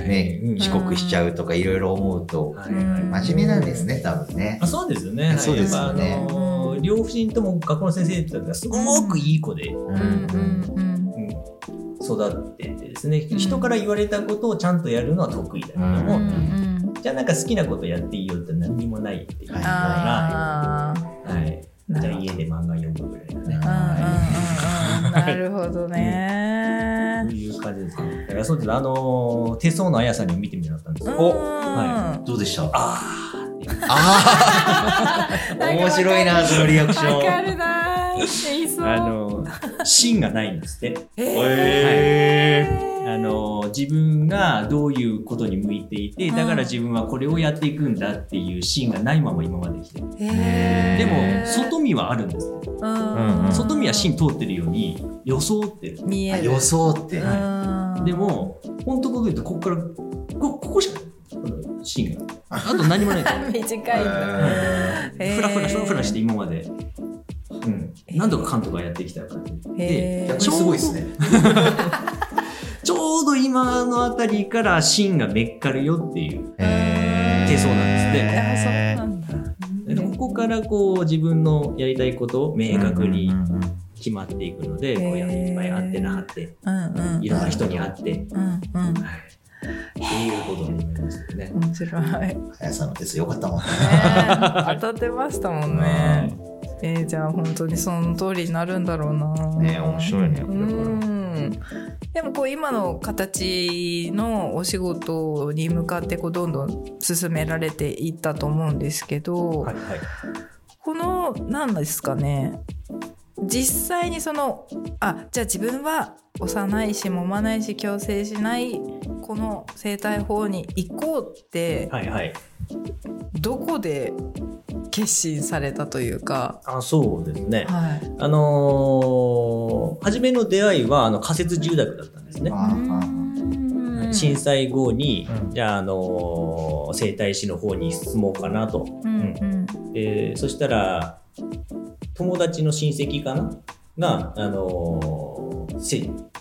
S1: ね
S4: うん
S1: 遅刻しちゃうとかいろいろ思うと
S4: はいはい
S1: 真面目なんですね多分ね
S4: あそうですよね。
S1: そうです
S4: や
S1: よ
S4: っぱ
S1: ね
S4: あのー両夫人とも学校の先生だったらすごくいい子で、
S1: う
S2: うんうんうん。
S4: うん育っててですね、人から言われたことをちゃんとやるのは得意だけど
S1: う
S4: も、
S1: ん
S2: うん
S4: じゃあなんか好きなことやっていいよって何にもないっていう
S1: はい
S2: あ
S4: のがはい、
S2: ー
S4: じゃあ家で漫画読むぐらいだね。
S2: なるほどね
S4: と。いう感じですね。だからそうです。あのー手相のあやさんにも見てみたかったんですよ。
S1: お
S4: は
S1: どうでした
S4: あ
S1: ああ
S2: い
S1: 面白いなそのリアクショ
S2: わか
S1: ン
S2: るなー。言いそう。
S4: あのー芯がないんですって。あのー自分がどういうことに向いていて、だから自分はこれをやっていくんだっていう芯がないまま今まで来てる。でも外見はあるんですって。外見は芯通ってるように装ってる。
S2: 見
S1: あ
S2: える。
S1: 予想って
S4: でも本当こと言うとここからこここしかない。この芯が。あと何もない。
S2: 短いへー
S4: ふらふらふらふらして今まで、うん、何度か関とかやってきた感じ
S2: へ
S4: で
S2: ー
S4: 逆に
S1: すごいですね
S4: ちょうど今のあたりから芯がめっかるよっていう
S1: へー
S4: 手相なんですね
S1: へー
S2: んだ。
S4: でここからこう自分のやりたいことを明確に
S1: うんうんうん
S4: 決まっていくので、
S2: うん
S4: こうやっていっぱいアンテナ張って
S2: うんうん
S4: いろんな人に会って、
S2: うんうん。
S4: はい、っていうことになりましたね。
S2: 面白い。
S1: あやさんの手相よかったもんね
S2: 当たってましたもんね。えー、じゃあ本当にその通りになるんだろうな。
S1: ね面白いねこ
S2: う
S1: れから
S2: ん。でもこう今の形のお仕事に向かってこうどんどん進められていったと思うんですけど、
S4: はいはい、
S2: この何ですかね実際にそのあじゃあ自分は幼いし揉まないし矯正しないこの生態法に行こうって
S6: はいはい。
S2: どこで決心されたというか、
S4: あそうですね。
S2: はい、
S4: あのー初めの出会いはあの仮設住宅だったんですね。
S1: あーあ
S4: 震災後に、
S1: うん
S4: じゃあ、あのー整体師の方に進もうかなと。
S2: うんうん
S4: でそしたら、友達の親戚かなが、あのーせ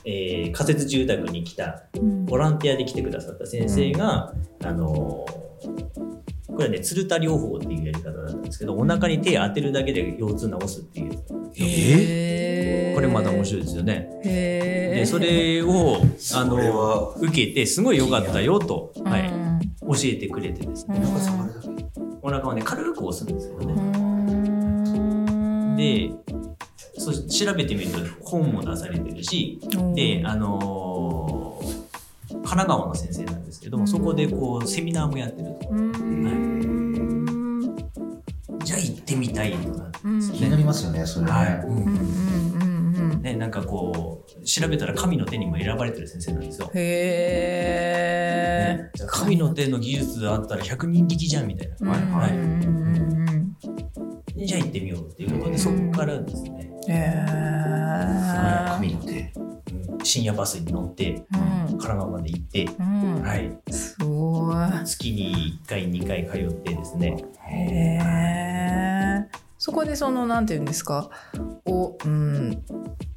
S4: えー仮設住宅に来た、ボランティアで来てくださった先生が、あのーこれはね、鶴田療法っていうやり方だったんですけど、お腹に手を当てるだけで腰痛治すっていうやつ。
S1: え
S2: へー
S4: これまた面白いですよね。
S2: へー
S4: でそれをあ
S1: それは
S4: の受けてすごい良かったよと、
S2: うん
S4: はい、教えてくれてですね、お腹をね軽く押すんですよね、でそし調べてみると本も出されてるし
S2: うん
S4: であのー神奈川の先生なんですけどもそこでこうセミナーもやってると、
S2: うん
S4: じゃあ行ってみたいとなって
S2: うん
S4: です
S1: 気に
S4: ね、
S1: なりますよね、それね。
S4: はい
S2: うんうんうんうん
S4: ねなんかこう調べたら神の手にも選ばれてる先生なんですよ、
S2: へ
S4: ね神の手の技術あったら100人力じゃんみたい
S2: ー
S4: な、はい
S2: うんうんうんうん
S4: じゃあ行ってみようっていうことでそこからですね、
S2: へー
S1: 神の手。
S4: うん深夜バスに乗って神奈川まで行って、
S2: うんうん
S4: はい、
S2: すごい
S4: 月に1回2回通ってですね
S2: へえそこでそのなんて言うんですかおうん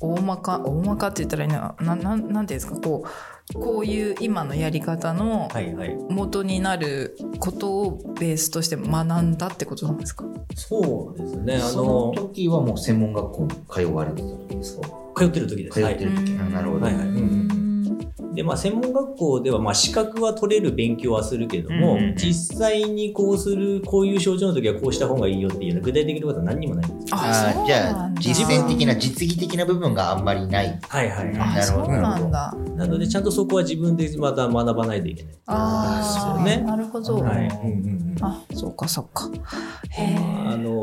S2: 大まか大まかって言ったらいいなななんなんていうんですかこうこういう今のやり方の
S4: はいはい
S2: 元になることをベースとして学んだってことなんですか
S4: そうですねあ
S1: その
S4: の
S1: 時はもう専門学校に通われてた時ですか
S4: 通ってる時です
S1: 通
S4: は
S1: って
S4: い
S1: る時。なるほど。
S4: はいはいうんでまあ専門学校ではまあ資格は取れる勉強はするけども、
S1: うんうんうん
S4: 実際にこうするこういう症状の時はこうした方がいいよっていうような具体的なことは何にもないんですよ
S1: あーじゃあ、実践的
S2: な
S1: な、実技的な部分があんまりない。
S4: はいはい
S1: あ
S2: あ
S1: なる
S2: そ
S1: ほど
S2: うなんだ
S4: なのでちゃんとそこは自分でまた学ばないといけない
S2: ああ
S4: そうね
S2: なるほど、
S4: はいうんうんうん
S2: あそうかそうかへ
S4: あ
S2: え
S4: の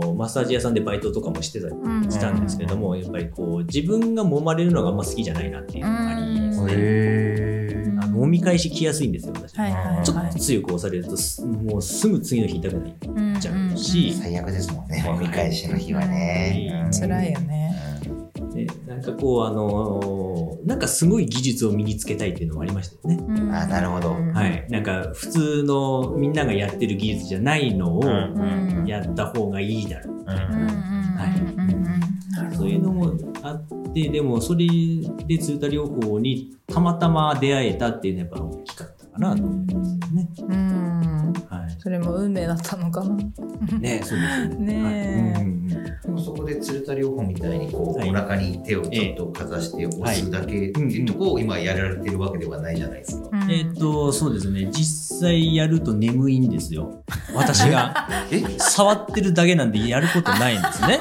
S4: ーマッサージ屋さんでバイトとかもしてたりしたんですけども、やっぱりこう自分が揉まれるのがあんま好きじゃないなっていうのがありますね、
S1: へ
S4: あの揉み返し来やすいんですよ私、
S2: はいはいはい
S4: ちょっと強く押されるとすもうすぐ次の日痛くなっちゃうし、
S1: 最悪ですもんね、揉み返しの日はね。
S4: うん
S2: 辛いよね
S1: うん
S4: ねなんかこうあのーなんかすごい技術を身につけたいっていうのもありましたよね、
S1: あなるほど
S2: うん
S4: はいなんか普通のみんながやってる技術じゃないのを
S2: うん
S4: やった方がいいだろう
S1: うん
S4: そういうのもあってでもそれで通太療法にたまたま出会えたっていうのはやっぱ大きかったかなと思いますよね。
S2: うん
S4: はい、
S2: それも運命だったのかな
S4: ねそうですよ
S2: ねえ
S4: はいうんうんうん
S1: でもそこで鶴田療法みたいにこう、
S4: はい
S1: お腹に手をちょっとかざして押すだけっていうとこを今やられてるわけではないじゃないですか。
S4: えーっとそうですね実際やると眠いんで
S1: [laughs]
S4: すよ私が
S1: え
S4: 触ってるだけなんでやることない
S1: [laughs]
S4: んですね、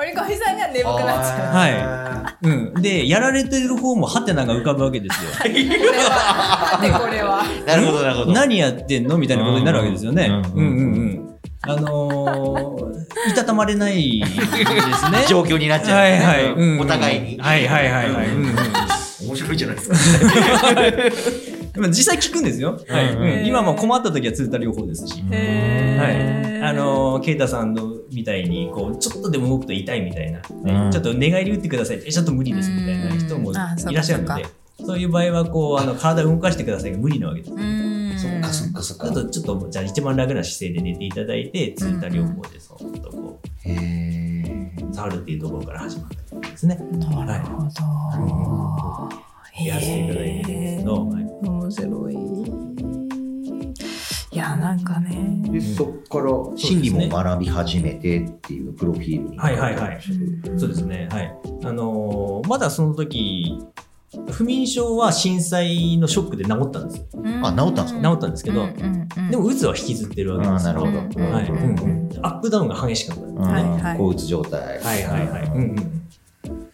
S2: 折り込みさんが眠くなっちゃう
S1: は。
S4: うん、でやられてる方もハテナが浮かぶわけですよ
S2: これは待ってこれはい
S1: なるほど、なるほど。
S4: [laughs] 何やってんのみたいなことになるわけですよね
S1: う
S4: うんん
S1: うん
S4: う
S1: うん
S4: んうんあのー、いたたまれないですね
S1: [laughs] 状況になっちゃう、
S4: はいはい、
S1: うんお互いに。
S4: はいはいはいはい、
S1: うん
S4: うんうん
S1: 面白いじゃないですか。
S4: でも実際聞くんですよ、はい
S1: うん
S4: うん今も困った時は鶴田療法ですし、はい、あの啓太さんのみたいにこうちょっとでも動くと痛いみたいな、ね
S1: うん
S4: ちょっと寝返り打ってくださいえちょっと無理ですみたいな人も
S2: うんあそうか
S4: いらっしゃるのでそういう場合はこうあの体を動かしてくださいが無理なわけです。
S2: うん
S1: そっかそっかそっか。
S4: あとちょっとじゃあ一番楽な姿勢で寝ていただいて鶴田療法でそっとこ
S1: へえ。
S4: う触るっていうところから始まったんですね。
S2: なるほど
S4: やらせていただいてるんですけど、はい
S2: 面白いいやなんかね
S1: で、そっから心理も学び始めてっていうプロフィールになっ
S4: は
S1: て
S4: い
S1: ま
S4: は
S1: し
S4: い
S1: た。
S4: はいそうですね、はいあのーまだその時不眠症は震災のショックで治ったんですよ
S1: あ治ったんです
S4: 治ったんですけど、でも
S2: う
S4: うつは引きずってるわけ
S1: あ
S4: で
S1: あ、
S4: す
S1: なる
S4: よ
S1: ほど。
S2: うん
S4: はい
S2: うん
S4: うんうんアップダウンが激しかったんですね、
S2: はい
S1: うん
S2: はい
S1: 抗うつ状態。
S4: はいはいはい。うん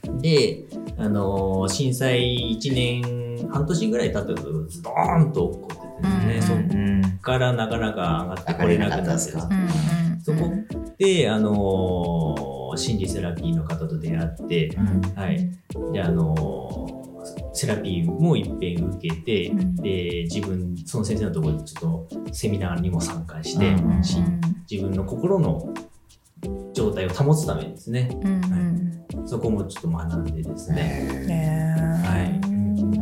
S4: うん、で、あのー震災1年半年ぐらい経ったとズドーンと起こっててですね、
S2: うんうん
S4: そこからなかなか上がってこれな
S1: 上がれなか
S4: くなって
S1: ったですか
S2: ん
S4: そこって、あのー心理セラピーの方と出会って、はい。で、あのーセラピーも一遍受けて、
S7: うん
S4: で、自分、その先生のところでちょっとセミナーにも参加して、
S1: うん
S4: し自分の心の状態を保つためにですね、
S2: うんうん
S4: そこもちょっと学んでですね、
S2: ねえ
S4: はい。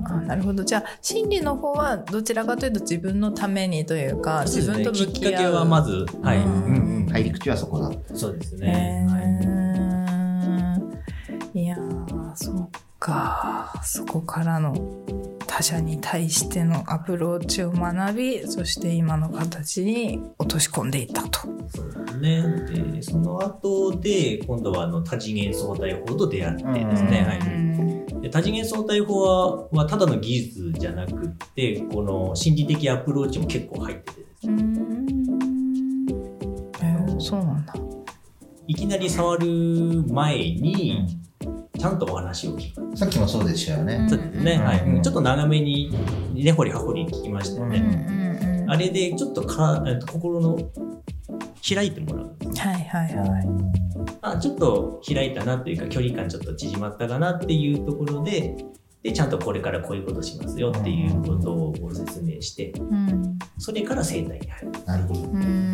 S2: あなるほどじゃあ心理の方はどちらかというと自分のためにというか
S4: そう
S2: 自
S4: ですね
S2: 分と向
S4: きっ
S2: き
S4: かけ
S2: 合う
S4: はまず、はい。
S2: う
S4: うんんうん
S1: 入り口はそこだ。
S4: そうですね。はい
S2: ねえいやーそうかそこからの他者に対してのアプローチを学びそして今の形に落とし込んでいったと。
S4: そうですね。で、その後で、今度はあの多次元相対法と出会ってですね、
S1: うん
S4: はい。
S2: うん
S4: で多次元相対法は、まあ、ただの技術じゃなくってこの心理的アプローチも結構入っててですね
S2: えーそうなんだ。
S4: いきなり触る前にちゃんとお話を聞く、
S1: さっきもそうでしたよね。
S4: そうですね、
S1: うん
S4: はい
S1: うん
S4: ちょっと長めに根掘り葉掘り聞きましたよ
S1: う
S4: ね、
S2: うん
S4: あれでちょっとかえっと心の開いてもらう
S2: はいはいはい。
S4: あちょっと開いたなというか距離感ちょっと縮まったかなっていうところででちゃんとこれからこういうことしますよっていうことをご説明して
S2: うん
S4: それから生態に入る
S1: なるほど。
S2: うん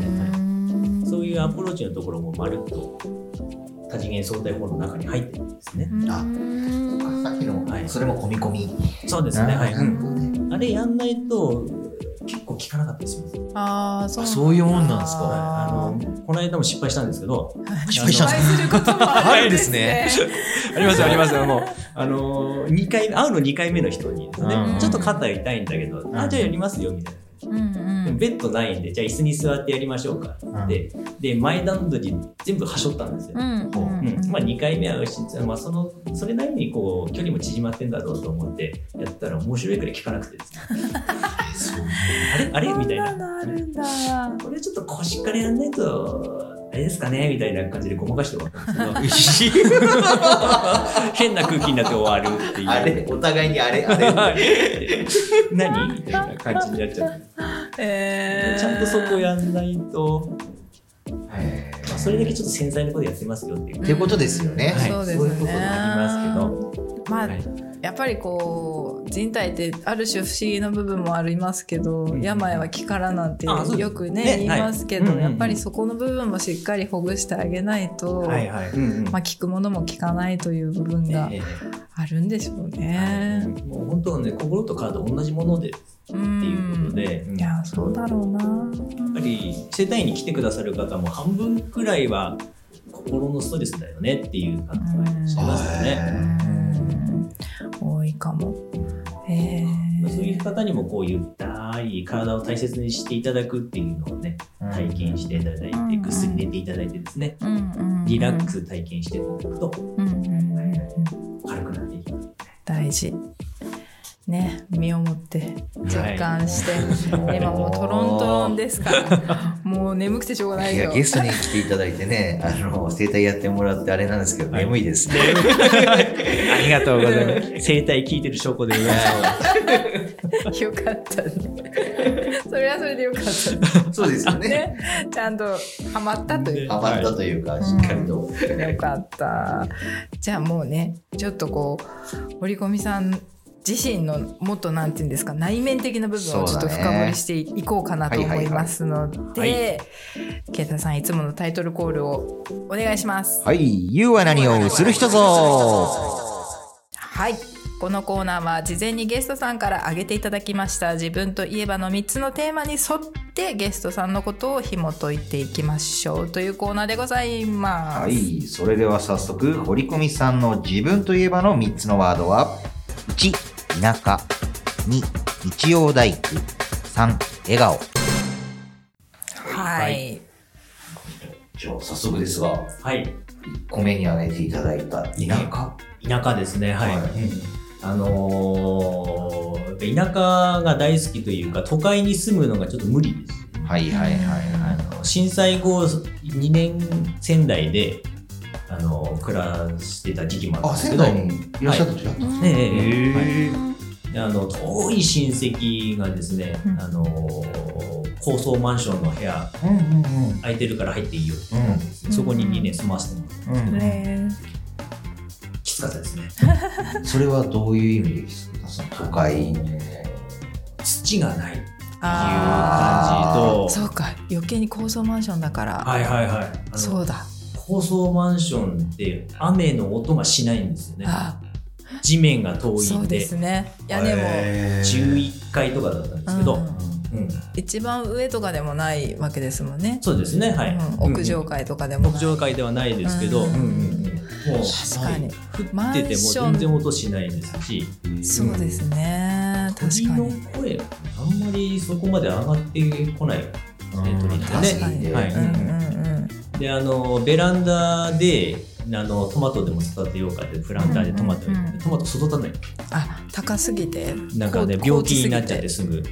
S4: そういうアプローチのところもまるっと多次元相対法の中に入ってるんですね。
S1: ああさっきの、
S4: はい
S1: それも込み込み。
S4: そうですね。はい。
S1: なるほどね
S4: あれやんないと結構効かなかったりします。
S2: あーそう
S1: あそういうもんなんですか
S4: あ
S2: あー
S4: のこの間も失敗したんですけど、
S1: [laughs] 失敗したんですか
S2: 失敗することもあ
S6: あ
S2: るん
S6: る
S2: で
S6: ですす
S2: ね
S6: ね。 [laughs] ありますよありますよもう
S4: [laughs] あの二回会うの2回目の人にですね、
S1: うん
S4: ちょっと肩痛いんだけど、
S1: う
S4: あ
S1: ん
S4: じゃあやりますよみたいな。
S2: うん
S4: ベッドないんでじゃあ椅子に座ってやりましょうかって、で前段取り全部はしょったんですよ。
S2: うん
S1: こう
S2: うん
S4: うんまあ、2回目はし、まあ、そのそれなりにこう距離も縮まってんだろうと思ってやったら面白いくらい聞かなくてですねあれあれみたい
S2: そんのあ
S4: な
S2: るんだ。
S4: これちょっと腰からやんないとあれですかねみたいな感じでごまかして終わったんです
S1: [laughs]
S4: けど変な空気になって終わるっていう
S1: あれ、お互いにあれ、あ [laughs] れ。
S4: あれ [laughs] 何みたいな感じになっちゃって、
S2: えー
S4: ちゃんとそこやんないと、
S1: へ
S4: ま
S1: ー
S4: あ、それだけちょっと繊細なことやってますよっていう
S1: っていうことですよね。
S4: はい
S2: そうです
S1: そ
S2: よ
S1: う
S2: ね
S1: いうこと
S4: ありますけど、
S2: まあ、
S4: はい
S2: やっぱりこう人体ってある種不思議な部分もありますけど、
S4: ん
S2: 病は気からなんて
S4: あそうです
S2: よくね
S4: ね
S2: 言いますけど、
S4: はいうんうんうん
S2: やっぱりそこの部分もしっかりほぐしてあげないと、
S4: はいはいうんうん
S2: まあ、聞くものも聞かないという部分が
S4: ええ
S2: あるんでしょうね。
S4: もう本当はね心と体同じものでって
S2: うん
S4: いうことで、
S2: いやそうだろうな。
S4: やっぱり世帯に来てくださる方も半分くらいは心のストレスだよねっていう考えをしてますよね。
S2: うん多いかも。え
S4: まあそうい
S2: ー
S4: う方にもこうゆったり体を大切にしていただくっていうのをね
S1: うん
S4: 体験していただい
S2: うんう
S4: て
S2: ん
S4: ぐっすり寝ていただいてですね
S2: うんうんうん
S4: リラックス体験していただくと
S2: うんうんうんうん
S4: 軽くなっていきます。
S2: 大事ね身をもって実感して、
S1: はい
S2: 今もうトロントロンですからもう眠くてしょうがない
S1: いや
S2: よ
S1: ゲストに来ていただいてね、あの整体やってもらってあれなんですけど、
S4: はい
S1: 眠いですね。
S6: ありがとうございます
S4: 生体聞いてる証拠でござい
S6: [laughs]
S4: ま
S2: よかったねそれはそれでよかった
S1: そうですよね。
S2: ねちゃんとハマったとい
S1: [laughs]
S2: う
S1: ハマったというか、しっかりと。
S2: よかったじゃあもうねちょっとこう堀込さん自身のもっとなんていうんですか内面的な部分をちょっと
S1: そうだね
S2: 深掘りしていこうかなと思いますので、
S4: はいは
S2: ケイタさんいつものタイトルコールをお願いします。
S1: はい、言うは何をする人ぞ。
S2: はいこのコーナーは事前にゲストさんから挙げていただきました自分といえばの3つのテーマに沿ってゲストさんのことを紐解いていきましょうというコーナーでございま
S1: は
S2: す。
S1: い、それでは早速、堀込さんの自分といえばの3つのワードは、1、田舎、2、日曜大工、3、笑顔。
S2: はいい
S1: じゃあ早速ですが、
S4: す。はい
S1: 米にあげていただいた田舎。
S4: 田舎ですねは
S1: は
S4: い、
S1: い
S4: うんあのーやっぱ田舎が大好きというか都会に住むのがちょっと無理です
S1: はいはいはい
S4: あ
S1: はい。
S4: の震災後2年仙台で、あのー暮らしてた時期もあった
S1: あ、
S4: んですけ
S1: 仙
S4: ど
S1: 台にいらっしゃった時だったんです
S4: ええええはい
S1: ね。
S4: であの遠い親戚がですね、
S2: うん
S4: あのー高層マンションの部屋
S1: うんうんうん。
S4: 空いてるから入っていいよって
S1: うん
S4: 言うんですそこに2年住まわせてもらって
S1: うん
S2: ね
S4: きつかったですね
S1: それはどういう意味でですかその都会に
S4: 土がないっていう
S1: あ
S4: 感
S1: ー
S4: じと
S2: そうか余計に高層マンションだから、
S4: はいはいはいあの
S2: そうだ
S4: 高層マンションって雨の音がしないんですよね
S2: あ
S4: 地面が遠い
S2: そうん
S4: で
S2: ですね屋根も、
S4: 11階とかだったんですけど、
S2: う
S4: うんん
S2: 一番上とかでもないわけですもんね、
S4: そうですねはい、
S2: うん屋上階とかでも
S4: 屋
S2: ない
S4: 上階ではないですけど、
S2: うん
S4: うんうんうんもう
S2: 確かに
S4: 降ってても全然音しないですし
S2: そうですね確
S4: 鳥
S2: か
S4: の
S2: に
S4: 声があんまりそこまで上がってこないですね鳥って
S2: 確か
S4: ね。
S2: に、
S1: ね
S4: はい
S2: うんうんうん
S4: であのベランダであのトマトでも育てようかってプランターでトマトをやっ
S2: うん
S4: て、
S2: うんうん
S4: トマト育たない
S2: あ高すぎて
S4: なんかね
S2: こう
S4: 病気になっちゃってすぐ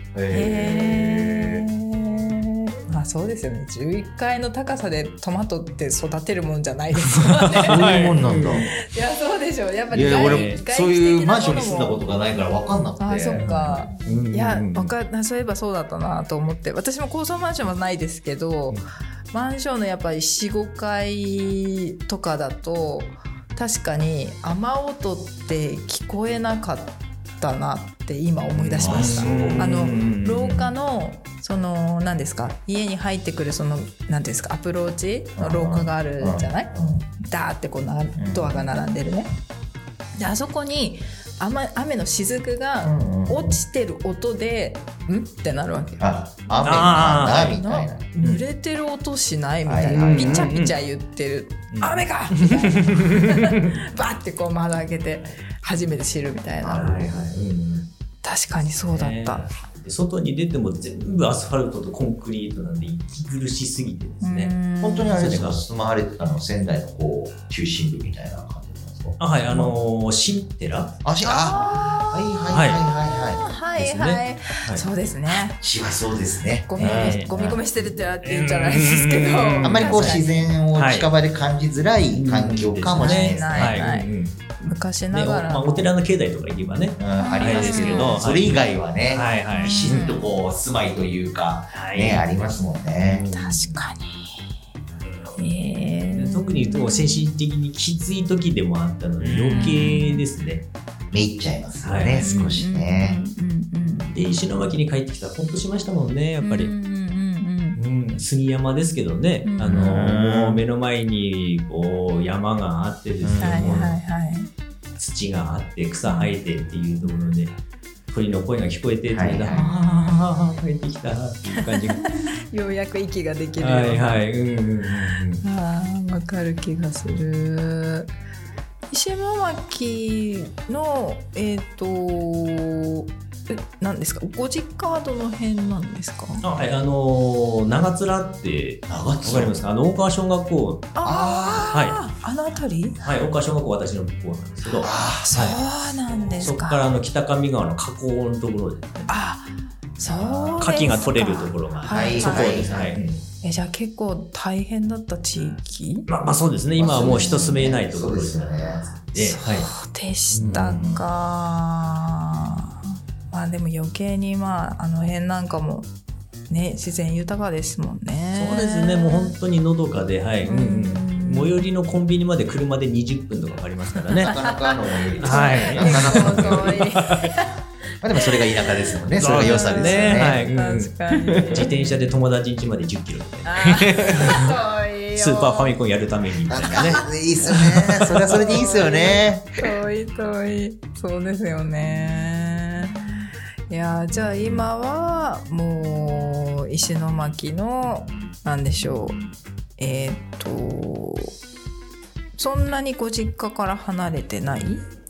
S2: へーまあそうですよね11階の高さでトマトって育てるもんじゃない
S4: [laughs]
S2: ですよね
S1: そういうもんなんだ。
S2: いやそうでしょうやっぱ
S1: い
S2: り
S1: やいや、
S2: 外
S1: 俺、
S2: 外
S1: そう
S2: 的
S1: いう
S2: な
S1: マンションに住んだ
S2: もの
S1: こ
S2: も
S1: とがないから分かんなくて。
S2: あそっかいやわ
S4: る
S2: かんそういえばそうだったなと思って私も高層マンションはないですけど、
S4: うん
S2: マンションのやっぱり45階とかだと確かに雨音って聞こえなかったなって今思い出しました。あの廊下のその何ですか家に入ってくるその何ですかアプローチの廊下があるじゃないダーってこうなドアが並んでるね。であそこに雨雨の雫が落ちてる音で「ん?」ってなるわけ。
S1: あ、雨か
S4: あ
S1: なみたいな。
S2: 濡れてる音しないみた
S1: はい
S2: い
S1: はいは
S2: ないピチャピチャ言ってる「
S4: うん
S2: 雨か!」みたいなバッてこう窓開けて初めて知るみたいな
S1: はいはい
S2: 確かにそうだった。
S4: で外に出ても全部アスファルトとコンクリートなんで息苦しすぎてです
S2: う
S4: ね
S2: ん
S1: 本当にあれですか、住まわれてたの仙台のこう、中心部みたいな感じなんですか
S4: あはいあのー新寺
S1: あ、しあ、はいはいはいはいは
S2: はい
S4: ですね
S2: はい、
S4: はい
S2: そうですね。
S1: い。しはそうですね。
S2: ゴミ
S4: は
S2: 込
S4: い
S2: み、ゴミ込みしてるってやって言うんじゃないですけど。
S4: うん
S1: あんまりこう自然を近場で感じづらい環境かもしれないですね。
S2: はい
S4: はい
S2: はい
S4: うんうん
S2: 昔
S4: ね
S2: な
S4: お
S2: がら
S4: まあ、
S2: の。
S4: お寺の境内とか行けばね
S1: うん、ありますけど、それ以外はね、
S4: はいは
S1: ビシッとこう住まいというか、
S4: はい
S1: ね、ありますもんね。
S2: 確かに。えー
S4: 特にもう精神的にきつい時でもあったので余計ですね。
S1: めいっちゃいますよね、
S4: はい
S1: 少しね。。
S2: うんうんうん
S4: で石巻に帰ってきたらほっとしましたもんねやっぱ
S2: うん
S4: り。
S2: うんうん
S4: うん、杉山ですけどね、
S2: うん
S4: あのもう目の前にこう山があってです
S2: うん。
S4: ね、
S2: はい
S4: もう
S2: はいはい。
S4: 土があって草生えてっていうところで鳥の声が聞こえてって、
S1: はいはい
S4: ああ帰ってきたっていう感じが
S2: ようやく息ができるような。
S4: はいはいうんうんうんうん
S2: あーわかる気がする石巻のえっ、とえ何ですかご実家はどの辺なんですか
S4: あはいあのー長面って
S1: 長津
S4: わかりますかあの大川小学校
S2: あーあの辺り
S4: はい大川小学校は私の母校なんですけど
S1: あ
S2: そ
S4: はいう
S2: なんです
S4: そ
S2: か
S4: こからあの北上川の河口のところで、ね、
S2: あそうですか
S4: 牡蠣が取れるところが、
S1: あ、はい
S2: そこ
S4: ですはい
S1: うん
S2: えじゃあ結構大変だった地域
S4: まあ、まあそうですね今はもう人住めないとこ
S1: そう
S4: ろ
S1: で
S4: ですす
S1: よ
S4: ね
S1: ね。
S4: ではい
S2: そうでしたか、まあでも余計にまああの辺なんかもね自然豊かですもんね
S4: そうですねもう本当にのどかではい、うんうん
S2: うん
S4: 最寄りのコンビニまで車で20分とかかかりますからね
S1: なかなかの、
S4: はい
S1: なかなかの、[laughs] ま
S2: 結構遠い
S4: [laughs]
S1: あでもそれが田舎ですもんね、それが良さですよね。
S4: はいうん
S2: 確かに
S4: 自転車で友達ん家まで1 0キロみたいな
S2: あー遠いよ
S4: [laughs] スーパーファミコンやるためにみた
S1: ないん
S4: な
S1: か
S4: ね
S1: ね、いいっすよね。それはそれでいいっすよね。
S2: [laughs] 遠い遠いそうですよねいやーじゃあ今はもう石巻のなんでしょうえーっ、とそんなにご実家から離れてない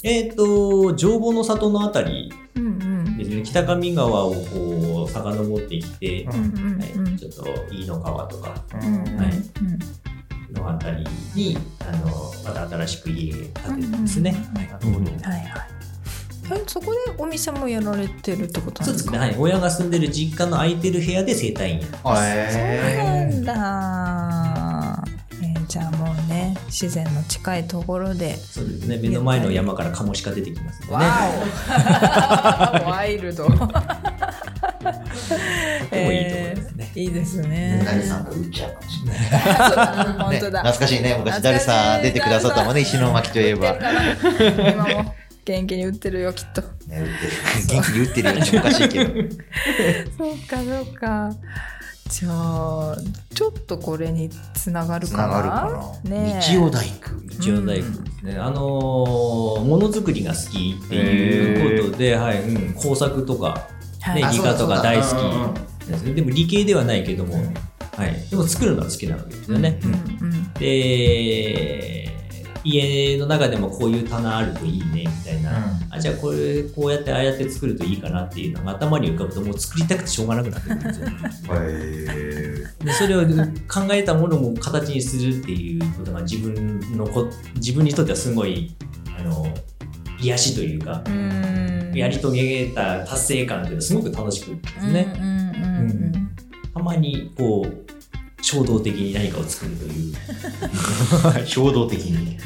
S4: えっと常房の里のあたり
S2: うんうん
S4: ですね北上川をこう遡ってきて、
S1: うん
S2: うんうん
S4: はい、ちょっと飯の川とか
S2: うんうん
S4: はい
S2: うん
S4: のあたりにあのまた新しく家建てるんですね。
S1: うんうん
S4: はい
S2: はいはいえそこでお店もやられてるってことな
S4: そ
S2: ん
S4: う
S2: で
S4: ですす
S2: か
S4: ね、はい、親が住んでる実家の空いてる部屋で整体院や
S1: へ
S2: そうなんだ、えーじゃあもうね自然の近いところで
S4: そうですね目の前の山からカモシカ出てきますんでね
S2: わお [laughs] ワイルド
S4: とてもいいところですね、
S2: いいですね
S1: ダルさんが打っちゃうかもしれない。
S2: 本当
S1: ね
S2: だ、
S1: 懐かしいね、昔ダルさん出てくださったもんね、石巻といえば。ね、
S2: 今も元気に売ってるよきっと
S1: 打ってる。元気に打ってるよね、おかしいけど。
S8: そうかそうかじゃあちょっとこれにつながる
S1: つ
S8: かな
S1: ながるかな。
S8: ねえ
S1: 日曜大工。
S4: 一応大工ですね、あのーものづくりが好きっていうことで、はいうん、工作とか、
S8: はい
S4: ね、
S1: あ
S4: ギ
S1: そうだ
S4: ガとか大好き
S1: そうだうんうん
S4: ですねでも理系ではないけども、はい、でも作るのは好きなわけですよね、
S8: うんうん
S4: で家の中でもこういう棚あるといいねみたいな、
S1: う
S4: あじゃあこれこうやってああやって作るといいかなっていうのが頭に浮かぶともう作りたくてしょうがなくなってくるんですよでそれを考えたものも形にするっていうことが自分のこ自分にとってはすごいあの癒しというか、
S2: うん
S4: やり遂げた達成感っていうのはすごく楽しくですね、
S2: うんうんうんうん
S4: たまにこう衝動的に何かを作るという
S1: 衝動的に。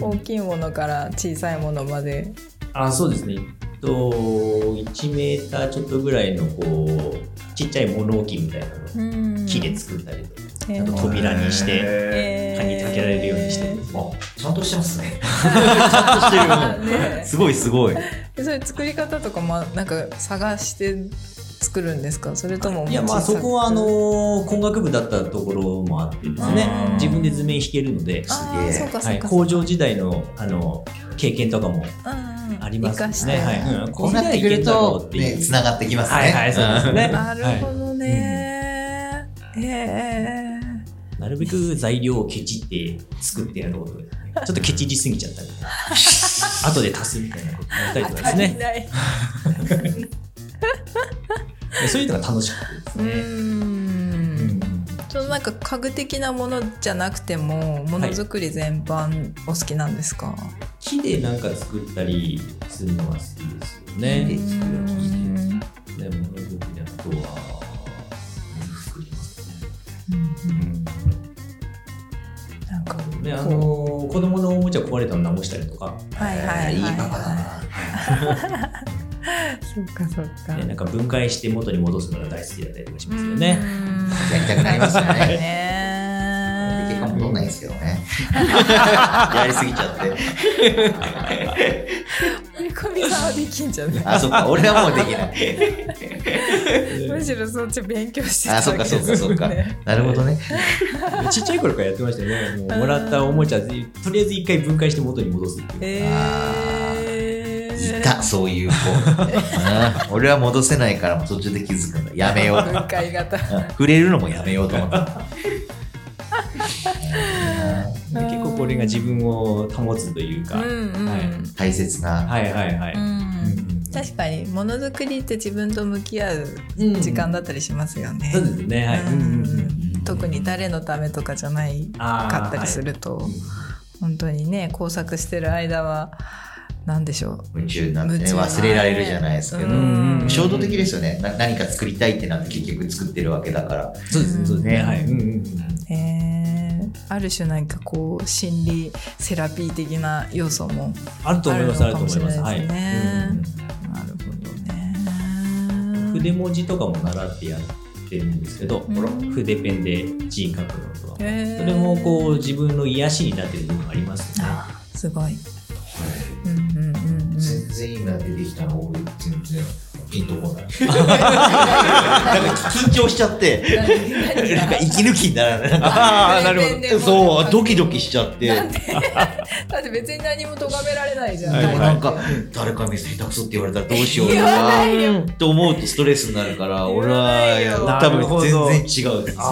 S2: 大きいものから小さいものまで
S4: あそうですね。えっと1メーターちょっとぐらいのこうちっちゃい物置みたいなのを木で作ったりとか、
S2: へー
S4: あと扉にして
S1: て。
S4: 鍵かけられるよう
S2: [laughs]
S4: に [laughs] してます、
S1: あちゃんとしてますね。ちゃんとしてる。
S2: ね
S1: すごいすごい。
S2: えそれ作り方とかもなんか探して作るんですかそれともお持ち
S4: いやまあそこはあの工学部だったところもあってですね
S1: うん
S4: 自分で図面引けるので、
S2: あ
S1: す
S2: ー
S1: げえ
S2: そうか
S4: は
S2: そう
S4: い、
S2: か
S4: 工場時代のあの経験とかも
S2: うんうん
S4: あります
S2: 生か
S4: し
S2: し
S4: ね、
S2: て
S4: はいうん、
S1: こうなってくると、ね、つながってきますね。
S4: はいはいそうですね
S2: なるほどねえー
S4: なるべく材料をケチって作ってやろう
S2: [laughs]
S4: と、ね、ちょっとケチりすぎちゃったみたいな後で足すみたいなことやったりとかですね
S2: ない
S4: そういうのが楽しくて
S2: う
S4: ですね、
S2: んそのなんか家具的なものじゃなくてもものづくり全般お好きなんですか、
S4: 木でなんか作ったりするのは好きですよね
S1: 木で作るの好
S4: ねものづくりあとはものづくりですね
S2: なんか
S4: ねあの子供のおもちゃ壊れたの直したりとか、
S2: はいはいはい
S1: いいパパだな。
S2: そうかそうか
S4: ねなんか分解して元に戻すのが大好きだったりとかしますよね。
S1: やりたくなりますよね。結 [laughs] 果
S2: ね
S1: 戻んないんですけどね。やりすぎちゃって。
S2: 追い込みさんはできんじゃない
S1: あ、そっか、俺はもうできない。
S2: [laughs] むしろそっち勉強してた
S1: あ、そっか、そっか、そっか。なるほどね。
S4: ちっちゃい頃からやってましたよね。もうもらったおもちゃとりあえず一回分解して元に戻すっていう。
S2: えー、
S1: いた、そういう子。うん俺は戻せないから、もう途中で気づくんだ。やめよう
S2: 分解型
S1: うん。触れるのもやめようと思った。
S4: で結構これが自分を保つという
S2: う
S4: か、
S2: んうん、
S4: はい
S1: 大切な。
S4: はいはいはい、
S2: うん
S4: そう
S2: 確かにものづくりって自分と向き合う時間だったりしますよね、
S4: ですねはい、うんうんうん、
S2: 特に誰のためとかじゃない
S4: あー
S2: かったりすると、本当にね工作してる間は何でしょ
S1: 夢中になって
S2: 夢
S1: ね、
S2: 中
S1: 忘れられるじゃないですけど。
S2: うん
S4: うん
S1: 衝動的ですよねな。何か作りたいってなって結局作ってるわけだから。
S4: はいそうですねそうですね、
S1: うん
S4: はい、うんうんうん、
S2: う、えーある種なんかこう心理セラピー的な要素も
S4: あると思いますあ
S2: あ
S4: る
S2: るのか
S4: と思
S2: も
S4: い
S2: しれ
S4: ま
S2: ない
S4: すはい、
S2: ですね
S4: うん
S2: なるほど
S4: うん
S2: ね
S4: 筆文字とかも習ってやってるんですけど、
S2: ん
S4: 筆ペンで字書くのとか、
S2: へー
S4: それもこう自分の癒しになってる部分がありますよね
S2: あすごい、うんうんうん
S1: [laughs]
S2: うん、
S1: 全然今出てきたの俺全然ピンとこないなんか緊張しちゃってなんか息抜きにならないなんか
S2: あ
S1: なそうドキドキしちゃってで
S2: だって別に何も咎められないじゃん、
S4: はい
S1: もなんか誰かに下手くそって言われたらどうしようとかと思うとストレスになるから俺は
S2: 言わ
S4: ないよ
S1: 多分全然違うそれで
S4: あ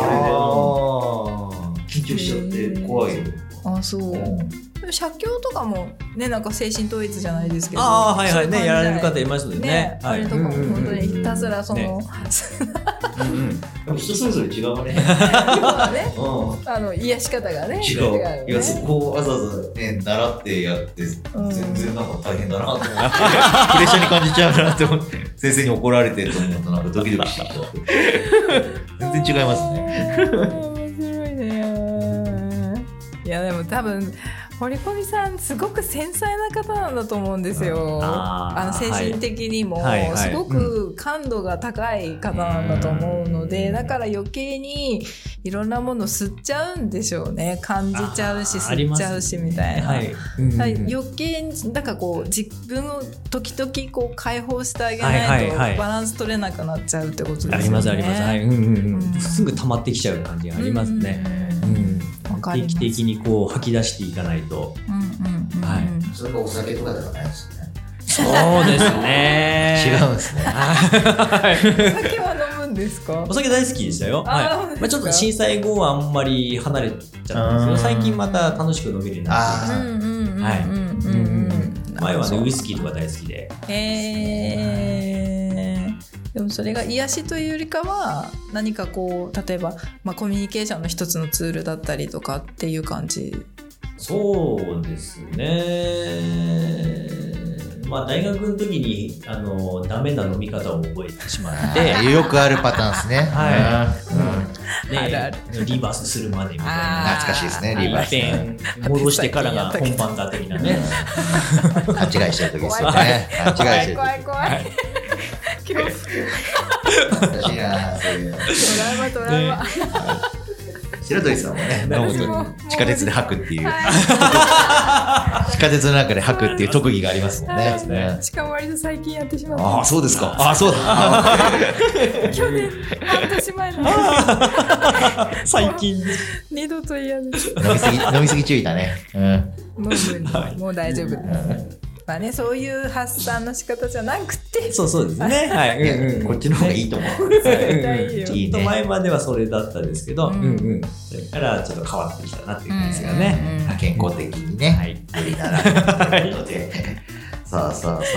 S1: 緊張しちゃって怖いよ
S2: あそう
S1: うん
S2: でも写経とかもねなんか精神統一じゃないですけど
S4: あーはいはいねやられる方い
S2: ね
S4: ますよね
S2: ね、
S4: はい、
S2: あれとかも本当にひたすらその、
S4: ねうんうん
S1: でも人それぞれ違うね [laughs]
S2: 要はね
S1: うん
S2: [laughs] あの癒し方がね
S1: 違
S2: よ
S1: う。いや、そ
S2: ね
S1: こをわざわざ、ね、習ってやって、全然なんか大変だなと思って、プレッシャーに感じちゃうなと思って、先生に怒られてると思うと、なんかドキドキしてきた。全然違いますね。
S2: あー面白いねいやでも多分堀込さんすごく繊細な方なんだと思うんですよ。
S6: あー
S2: あの精神的にも、
S6: はいはいはい
S2: すごく感度が高い方なんだと思うので、
S6: うん
S2: だから余計にいろんなもの吸っちゃうんでしょうね感じちゃうし
S6: あーあり
S2: 吸っ
S6: ます
S2: ちゃうしみたいな。
S6: はい。
S2: だから
S6: うん
S2: 余計になんかこう自分を時々こう解放してあげな
S6: はいい
S2: と
S6: はい
S2: バ
S6: はい
S2: ランス取れなくなっちゃうってことですよね。
S6: ありますあります。はい。うんうん
S2: う
S6: うんん。すぐ溜まってきちゃう感じがありますね。
S2: う
S6: うん
S2: うんうん
S6: ん。
S2: わかり
S4: 定
S2: ます
S4: 期的にこう吐き出していかないと。
S2: うんうんうんうん
S6: はい
S1: それがお酒とかではないですね。
S6: そうですね
S4: [laughs]
S1: 違うんですね。
S2: お酒は飲むんですか
S4: お。酒大好きでしたよ。
S2: あー
S4: はい。まあちょっと震災後はあんまり離れちゃったんですけ
S1: うん
S4: ど、最近また楽しく飲めるようになって
S1: あ
S2: うんうんうんうん
S4: はい
S2: うんうん。
S4: きた。前はね、ウイスキーとか大好きで。
S2: えー、でもそれが癒しというよりかは何かこう例えば、まあ、コミュニケーションの一つのツールだったりとかっていう感じ。
S4: そうですね。まあ大学の時に、あの、ダメな飲み方を覚えてしまって、
S1: [laughs] で、よくあるパターンですね。
S4: は
S1: うん
S4: で
S2: あるある
S4: リバースするまでみたいな。
S1: 懐かしいですね、リバース。
S4: ス。戻してからが本番だ的なね。
S1: [laughs] 勘違いしてる時ですよね。勘違いしてる時。
S2: い怖 [laughs] い。恐怖
S1: 懐かしいなそういうの
S2: トラウマトラウマ。
S1: 白鳥さんもね、
S4: なるほど
S1: 飲むと地下鉄で吐くっていう。地下鉄の中で吐くっていう特技がありますもん
S2: は
S1: ね
S2: い。
S1: ね
S2: しかも割と最近やってしまった。
S1: ああ、そうですか。ああ、そうだ。
S2: 去年半年前の
S4: 最近。
S2: 二度と嫌です。
S1: 飲みすぎ、 [laughs] 飲みすぎ注意だね。うん。
S2: 飲むんでもう大丈夫です。まあねそういう発散の仕方じゃなくて
S4: そうそうですね。はいい。うんう
S1: やこ
S4: ん
S1: っちの方がいいと思う。
S2: 絶対いいよ。
S1: いい
S4: ちょっと
S1: ね。
S4: 前まではそれだったんですけど、
S2: う
S4: うんんうん、それからちょっと変わってきたなっていう感じですよね。
S2: うんうんうん
S1: 健康的にね。
S4: い。
S1: よりなら。ということでさあさあさ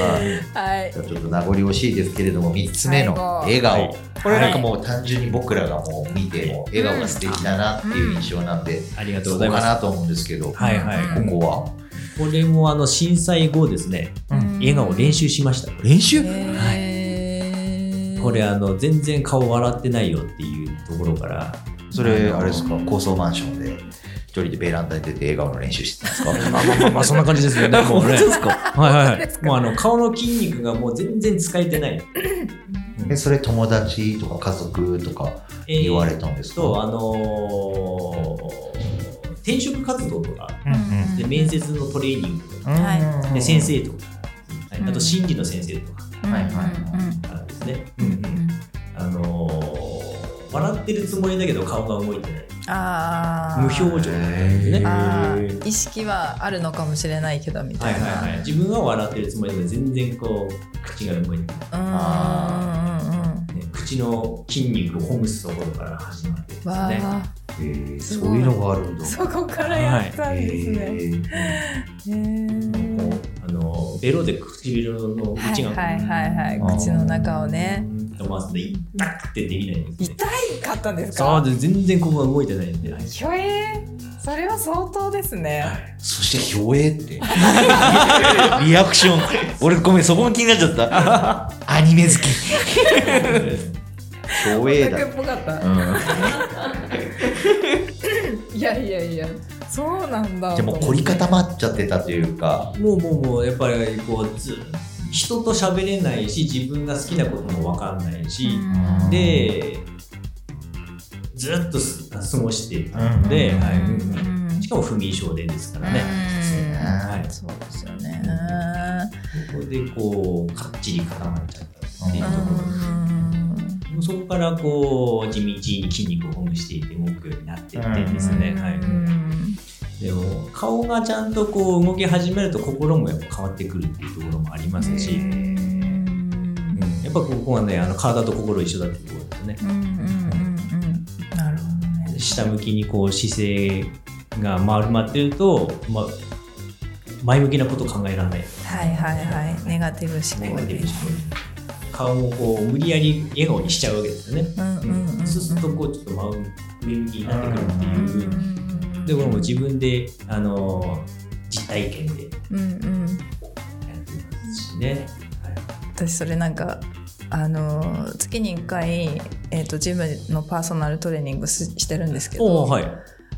S1: あ。
S2: はい
S1: ち。ょっと名残惜しいですけれども3つ目の笑顔、
S4: はい
S1: これなんかもう単純に僕らがもう見ても笑顔が素敵だなっていう印象なんで、
S4: ありがとう
S1: そ
S4: ご
S1: う
S4: ざい
S1: か
S4: ます。
S1: なと思うんですけど、
S4: はいは
S1: ここは、
S4: い。これもあの震災後ですね、
S1: うん
S4: 笑顔練習しました。
S1: 練習
S2: はい
S4: これあの全然顔笑ってないよっていうとこ
S1: [laughs]
S4: ろから、
S1: それあれですか高層マンションで一人でベランダに出て笑顔の練習してたんですか
S4: まあまあまあまあそんな感じですね。もうね、はいはいはい。 [laughs] もうあの顔の筋肉がもう全然使えてない。
S1: えそれ友達とか家族とか
S4: えー
S1: 言われたんですか、
S4: とあのー転職活動とか
S1: うんうん
S4: で面接のトレーニングとか
S2: は
S4: で先生とか、はい
S2: うん
S4: あと心理の先生とか
S1: はいはい
S4: からですね、あのー笑ってるつもりだけど顔が動いてない
S2: ああ
S4: 無表情なんですね
S1: へー
S4: は
S2: あー意識はあるのかもしれないけどみた
S4: い
S2: いな
S4: はいはい自分は笑ってるつもりだけど全然こう口が動いてな
S2: うん
S1: あ
S2: うんうんうん
S4: い、ね、口の筋肉をほぐすところから始まってです
S2: わ
S4: ね
S2: あ
S1: えー
S2: す
S1: そ
S2: ご
S1: う
S2: い
S1: いうのがあるんだ
S2: そこからやったんですね、
S1: えー
S2: へー
S4: こうあのーベロで唇の
S2: は
S4: 口
S2: い
S4: が
S2: はいはい
S1: あ
S2: はい
S1: ー
S2: 口の中をね
S4: うんと回すので痛くてできないんです
S2: 痛
S4: ね
S2: かったんです
S4: そう
S2: か
S4: です全然ここが動いてないんで、はい
S2: ひょえーそれは相当ですね
S1: そして表映って。 [laughs] リアクション。俺ごめん、そこも気になっちゃった。アニメ好き。表映だ
S2: オタク。っぽかった
S1: うん、
S2: いやいやいやそうなんだ
S1: じゃあもう凝り固まっちゃってたというか、
S4: もうもうもうやっぱりこうず人と喋れないし自分が好きなことも分かんないし、
S1: ん
S4: でずっとす過ごしてたので、
S1: うん
S4: はい
S2: うん
S4: しかも不眠症でですからね、はい、
S2: そうですよね。
S4: ここでこうかっちり固まっちゃったっていう
S2: う
S4: ところ、そこからこう地道に筋肉をほぐしていって動くようになっていってですね、
S2: ん
S4: はい、
S2: うん
S4: でも顔がちゃんとこう動き始めると心もやっぱ変わってくるっていうところもありますし、
S2: うん
S4: うんやっぱここはねあの体と心一緒だってところですね
S2: うんうんうんなるほどね。
S4: 下向きにこう姿勢が丸まってると、まあ、前向きなこと考えられない
S2: はいはいはい。ネガティブ
S4: ネ
S2: 思
S4: ガ
S2: 考
S4: ティ
S2: で
S4: ブ。思考顔をこう無理やり笑顔にしちゃうわけですよね、
S2: うんうんうんうん
S4: そうするとこうちょっと真上向きになってくるって
S2: うん
S4: いう、でももう自分で、あのー実体験でや
S2: うんうん。
S4: ってますしね、
S2: 私それなんかあのー月に1回えっ、とジムのパーソナルトレーニングすしてるんですけど。
S4: はい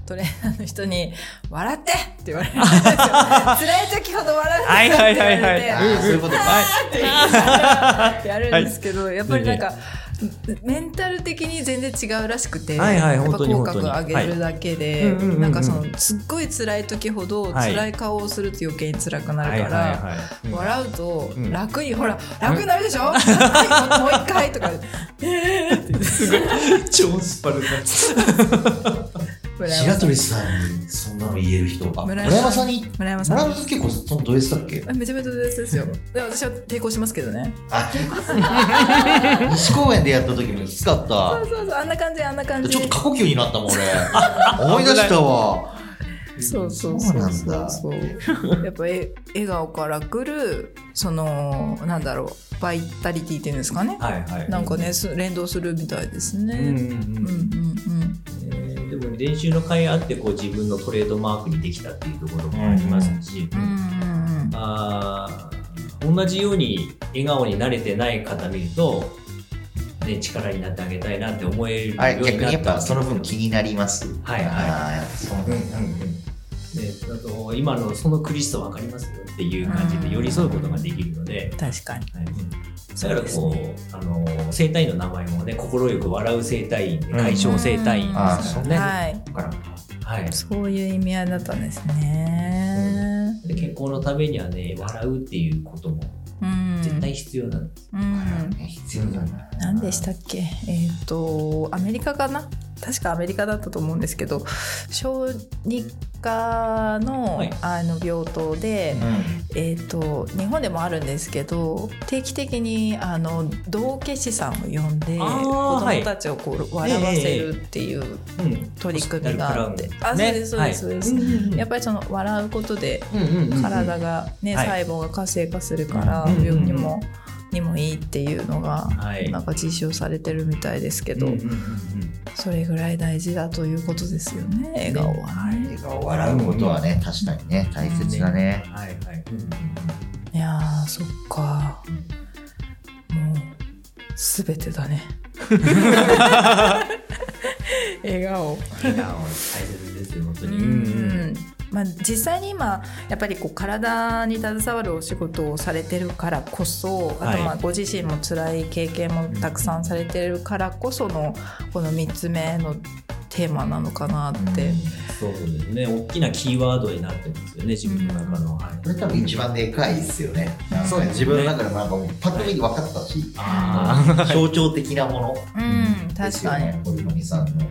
S2: トレーナーの人に「笑って!」って言われるん
S4: [laughs]
S2: ですよ辛い時ほど笑うんですよって言われて、
S4: はいはいはい
S1: あ
S4: はい
S1: ーそういうことか。
S2: って [laughs] やるんですけど、やっぱりなんか、メンタル的に全然違うらしくて、
S4: はいはい
S2: やっぱ
S4: 本当に
S2: 口
S4: 本当
S2: 角
S4: に
S2: 上げるだけで、
S4: はいうんうんうんうん
S2: なんかそのすっごい辛い時ほど
S4: はい
S2: 辛い顔をすると余計に辛くなるから。
S4: いうん
S2: 笑うと
S4: うん
S2: 楽に、ほら楽になるでしょ、楽にもう一回とか
S4: すごい超スパルタ
S2: 村山
S1: 白
S2: さん
S1: 鳥さんにそんなの言える人が。
S2: 村
S1: 村
S2: 山
S1: 山さんに、
S2: 村山さ
S1: 村
S2: ん
S1: 山さん結構そのドレスだっけ
S2: めちゃめちゃ大切ですよで私は抵抗しますけどね
S1: あ、西公園でやった時もきつか
S2: そう
S1: っ
S2: そうそうあんな感じあんな感
S1: た。
S2: じ
S1: ちょっと過呼吸になったもん、俺。思い出したわ。
S2: そうそう
S1: そう
S2: そ
S1: な
S2: うん
S1: だ
S2: そうそうやっぱえ笑顔からくるそのなんだろうバイタリティっていうんですかね
S4: はいはい
S2: なんかねす連動するみたいです
S4: うんうん
S2: ね。
S4: う
S2: うんんうんうん
S4: えーでも練習の甲斐あってこう自分のトレードマークにできたっていうところもありますし、
S2: うんうん
S4: あー同じように笑顔に慣れてない方見ると、ね、力になってあげたいなって思えるようにな
S1: あ
S4: っ
S1: れ、
S4: た
S1: 逆にやっぱその分気になります。
S4: はいはい
S1: あーやっぱそうなん
S4: うんうん
S1: だ
S4: うんね、あと今のその苦しさ分かりますよっていう感じで寄り添うことができるので、
S2: 確かに。
S4: はい、だからこうあの整体院の名前もね心よく笑う整体院で
S1: うん
S4: 解消整体院です
S1: あー
S4: か
S1: そう
S4: らね、
S2: はい。
S1: だから、
S4: はい、
S2: そういう意味合いだったんですね。
S4: で健康のためにはね笑うっていうことも
S2: うん。
S4: 絶対必要なんです、
S2: うん。
S1: ね必要だな。
S2: 何でしたっけえっ、とアメリカかな確かアメリカだったと思うんですけど小児科の,、
S4: はい
S2: あの病棟で、
S1: うん。
S2: えっと日本でもあるんですけど定期的にあの道化師さんを呼んで
S4: あ
S2: 子
S4: ー
S2: 供たちをこう笑わせるっていう
S4: うん
S2: 取り組みがあって、
S4: ホスピタルクラウン
S2: あそ
S4: ね
S2: うですそうですそうです、
S4: はいうんうんうん
S2: やっぱりその笑うことで
S4: うんうんうんうん
S2: 体がね、
S4: はい
S2: 細胞が活性化するから
S4: うんうんうん
S2: 病気も、にもいいっていうのが
S4: はい
S2: なんか実証されてるみたいですけど、
S4: うんうんうんうん
S2: それぐらい大事だということですよね笑顔は、
S1: 笑顔笑うことはね、確かにね、大切だね。
S4: はいはい
S2: いやーそっかもう全てだ
S4: [laughs]
S2: ね笑顔
S4: 笑顔大切ですよ本当
S2: う
S4: に
S2: んまあ、実際に今やっぱりこう体に携わるお仕事をされてるからこそあとま
S4: は
S2: あ
S4: い
S2: ご自身も辛い経験もたくさんされてるからこそのこの3つ目のテーマなのかなって。
S4: そうですね大きなキーワードになってますよね自分の中の、はい
S1: これ多分一番でかいですよね。なん
S4: そう
S1: か
S4: です
S1: 自
S4: ね
S1: 分の中でなんかもうパッと見て分かったし、
S4: あ
S1: 象徴的なもの
S2: うん、
S1: で
S2: 確
S1: すよ
S2: かに、
S1: ね、堀富さんの。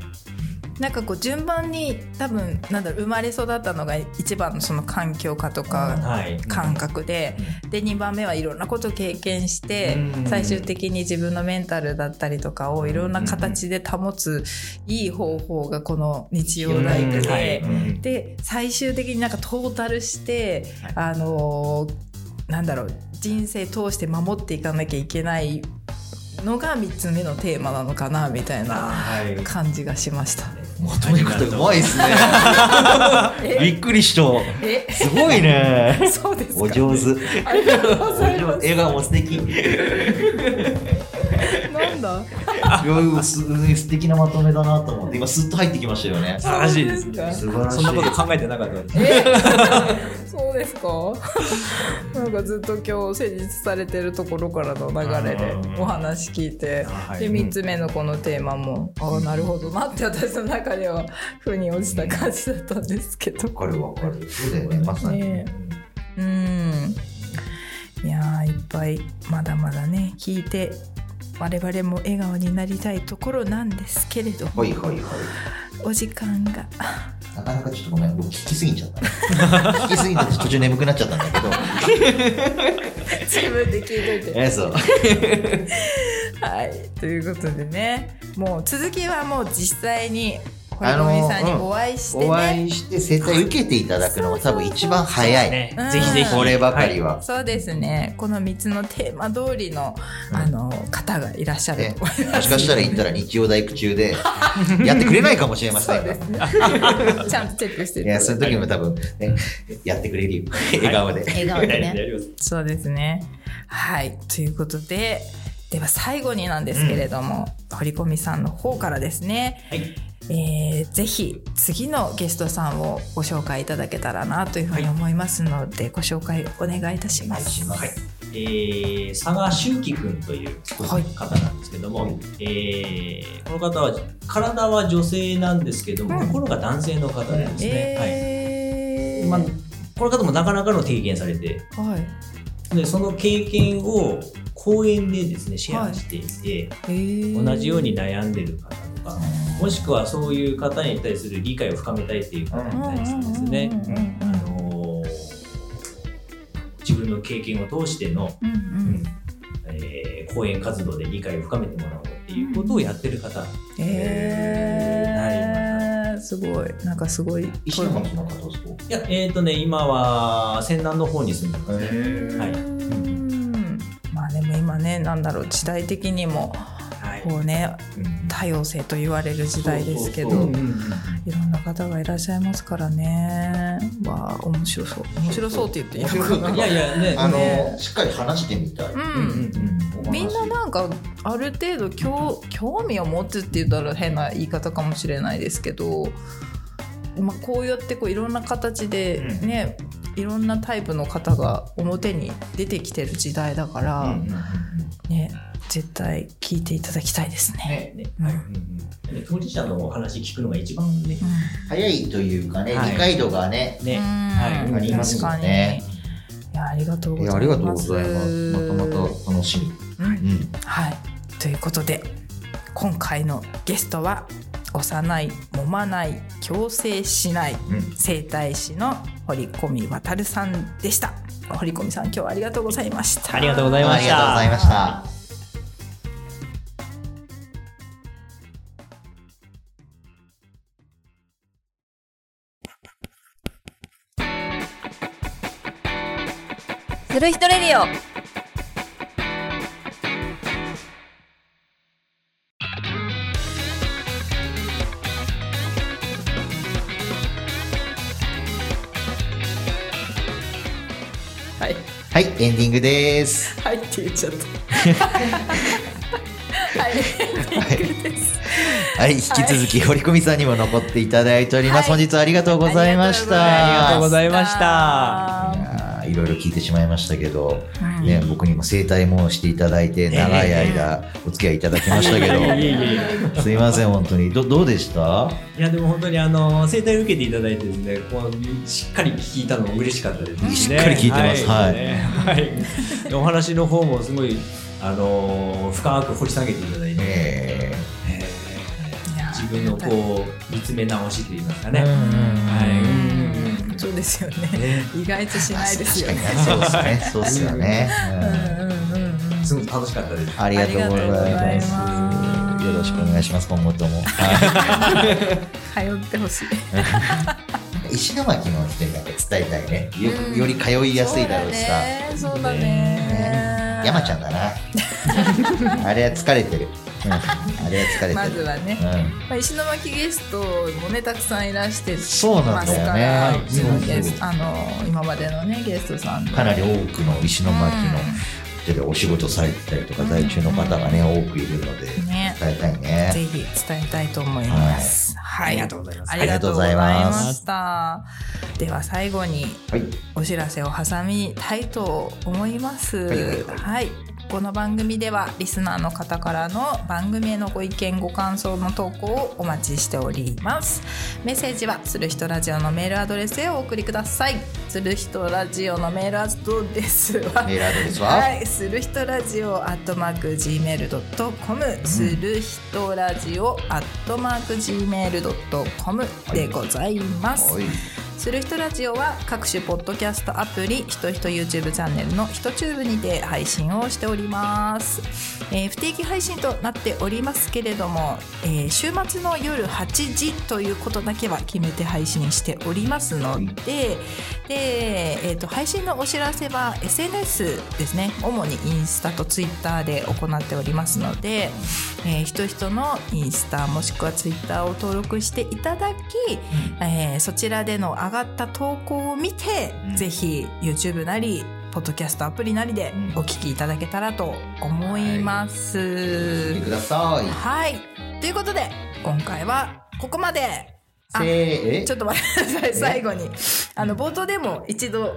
S2: なんかこう順番に多分なんだろう生まれ育ったのが一番のその環境化と
S4: ー
S2: か
S4: はい
S2: 感覚で、で2番目はいろんなことを経験して
S4: うん
S2: 最終的に自分のメンタルだったりとかをいろんな形で保ついい方法がこの日曜ライフ
S4: うんは
S2: で
S4: い
S1: うん
S2: で最終的になんかトータルして、
S4: は
S2: あのーなんだろう人生通して守っていかなきゃいけないのが3つ目のテーマなのかなみたいな
S4: はい
S2: 感じがしました。
S1: まとめ方うまいっすね。びっくりした。
S2: え
S1: すごいね。
S2: そうですか
S1: お上手。
S2: ありがとうご
S1: お
S2: ざい
S1: 上
S2: ま
S1: 手笑顔も素敵。
S2: す [laughs] なんだ
S1: いやす素敵なまとめだなと思って、今スッと入ってきましたよね。
S4: 素晴らしいです
S2: そうです
S1: 素晴らしい。
S4: そんなこと考えてなかったです
S2: かそうですか [laughs] なんかずっと今日施術されてるところからの流れでお話聞いて
S4: あはい
S2: で3つ目のこのテーマもああなるほどなって私の中では腑に落ちた感じだったんですけど
S1: わかるわかる。そうだよね、まさに。
S2: ねえうんいやーいっぱいまだまだね聞いて我々も笑顔になりたいところなんですけれど
S1: はいはいはい。
S2: お時間が
S1: なかなかちょっとごめん、僕聞きすぎちゃったね。聞きすぎて途中眠くなっちゃったんだけど。
S2: 自分で聞いといて
S1: えそう。
S2: はい、ということでねもう続きはもう実際に堀
S1: あのー
S2: 米さんにお会いしてね、
S1: お会いして接待受けていただくのが多分一番早い。
S4: ね
S2: うん
S4: ぜひぜひ
S1: こればかり
S4: は
S1: は。
S2: そうですねこの3つのテーマ通りの、
S1: うん
S2: あの方がいらっしゃる
S1: ね
S2: と思い
S1: もしかしたら行ったら日曜大工中でやってくれないかもしれま
S2: ます
S1: せん
S2: そう
S1: が。
S2: です
S1: [laughs]
S2: ねちゃんとチェックして
S1: い
S2: る
S1: や、そういう時も多分、ね、やってくれるよ。笑顔で。
S2: 笑顔
S4: は
S2: で
S4: い
S2: ね
S4: やります
S2: そうですねはいということででは最後になんですけれども、堀米さんの方からですね、
S4: はい
S2: えー、ぜひ次のゲストさんをご紹介いただけたらなというふうに思いますので、ご紹介お願いいたしま
S1: お願いし
S2: す。
S1: ます
S4: はいえー、佐賀修樹君という方なんですけども、えーこの方は体は女性なんですけども、
S2: うん
S4: 心が男性の方なんですね、
S2: えー
S4: はいまあ、この方もなかなかの経験されて
S2: はい。
S4: でその経験を講演でですねシェアしていて、
S2: えー
S4: 同じように悩んでる方とかもしくはそういう方に対する理解を深めたいっていう方に対してですね、
S7: うんうん
S4: あのー自分の経験を通しての
S7: うんうん
S4: えー講演活動で理解を深めてもらおうっていうことをやってる方、
S2: えー、すごいなんかすごい
S1: 石の町の方ですか
S4: いやえっ、とね今は仙南の方に住んでますね、はい
S2: うんまあでも今ねなんだろう時代的にも
S4: はい
S2: こうね
S4: うん
S2: 多様性と言われる時代ですけど
S4: そうそうそう
S2: いろんな方がいらっしゃいますからねわあ面白そう面白そうって言っていいのか
S1: 面白
S4: い
S1: そう
S2: な
S4: やいやね
S1: あ
S2: ね
S1: の、しっかり話してみたい。
S4: うんうん
S2: うん
S4: うん
S1: お話
S2: みんななんかある程度興興味を持つって言ったら変な言い方かもしれないですけど、まあ、こうやってこういろんな形でね、いろんなタイプの方が表に出てきてる時代だから、
S4: うんうん
S2: ね絶対聞いていただきたいですね。
S4: ねはいうんうん当事者のお話聞くのが一番ね
S1: 早いというかね、
S4: はい
S1: 理解度がね、
S4: ね、
S2: うん
S1: あ
S4: はい
S1: りますよね。
S2: いやありがとう
S1: い
S2: ございま
S1: や、あ
S2: す。
S1: りがとうございます。またまた楽しみ。
S2: うん
S1: うん。
S2: はい、ということで今回のゲストは幼い揉まない矯正しない
S1: うん
S2: 整体師の堀込渉さんでした堀込さん今日はありがとうございました
S4: ありがとうございま
S1: あ
S4: し
S1: りがとうご
S4: た
S1: ざいました。
S9: する人レディオ
S2: はい
S1: はい、エンディングです。
S2: はいって言っちゃったはいエンディングです
S1: はい、引き続き堀込さんにも残っていただいております。
S2: は
S1: 本
S2: い
S1: 日はありがとうございました。
S4: ありがとうございました
S2: ありがとうございまし
S1: いやーいろいろ聞いてしまいましたけど、
S2: うん
S1: ね、僕にも整体もしていただいて
S4: ね
S1: 長い間お付き合いいただきましたけど、
S4: いやいやいや
S1: すいません本当にどどうでした
S4: いやでも本当にあの整体を受けていただいてですねこうしっかり聞いたのも嬉しかったですね
S1: しっかり聞いてます
S4: はい、
S1: はい
S4: ねはい、お話の方もすごいあの深く掘り下げていただいて、
S1: え
S4: え
S2: いや
S4: ー自分のこう見つめ直しといいますかね、
S1: ー
S4: は
S1: はい
S4: い
S2: うんそうですよね
S4: ね
S2: 意外としないですよね
S1: そうですねそうですよね、
S2: うんうんうんうん
S4: すごく楽しかったです
S1: うんありがとうござい
S2: ありがとうございま
S1: ますすよろしくお願いします今後ともはい
S2: 通ってほしい
S1: 石巻の人になんか伝えたいねよくより通いやすいだろうしさ、
S2: そうだね
S1: ね山ちゃん [laughs] だなあれは疲れてる、うん、あれは疲れてる
S2: まずはね、
S1: うん
S2: まあ、石巻ゲストもねたくさんいらしてます
S1: そうなんだよ
S2: か
S1: ね。
S2: ら、
S1: はい
S2: そのゲ
S1: そう
S2: ス
S1: そう
S2: あの今までのねゲストさんの
S1: かなり多くの石巻の人でお仕事されてたりとか、在中の方がね、多くいるので、
S2: ね
S1: 伝えたい
S2: ぜ
S1: ね。
S2: ひ伝えたいと思います、はい
S4: ありがとうございます
S2: ありがとうございましたでは最後に
S1: はい。
S2: お知らせを挟みたいと思います。
S1: はいはいは
S2: はいこの番組ではリスナーの方からの番組へのご意見ご感想の投稿をお待ちしておりますメッセージはつるひとラジオのメールアドレスへお送りくださいつるひとラジオのメールアドレスは
S1: メールアドレスは、
S2: はい、するひとラジオアットマーク Gmail.com するひとラジオアットマーク Gmail.com でございます、
S1: はい
S2: する人ラジオは各種ポッドキャストアプリひとひと YouTube チャンネルのひとチューブにて配信をしております、えー不定期配信となっておりますけれども、えー週末の夜8時ということだけは決めて配信しておりますのでで、えー、と配信のお知らせは SNS ですね主にインスタと Twitter で行っておりますので、えー、ひとひとのインスタもしくはツイッターを登録していただき、えーそちらでの上がった投稿を見て、
S1: うん
S2: ぜひ YouTube なりポッドキャストアプリなりで
S1: うん
S2: お聞きいただけたらと思います。
S1: 聞いてください。
S2: はい、ということで今回はここまであ
S1: せーえ
S2: ちょっと待ってください最後にあの冒頭でも一度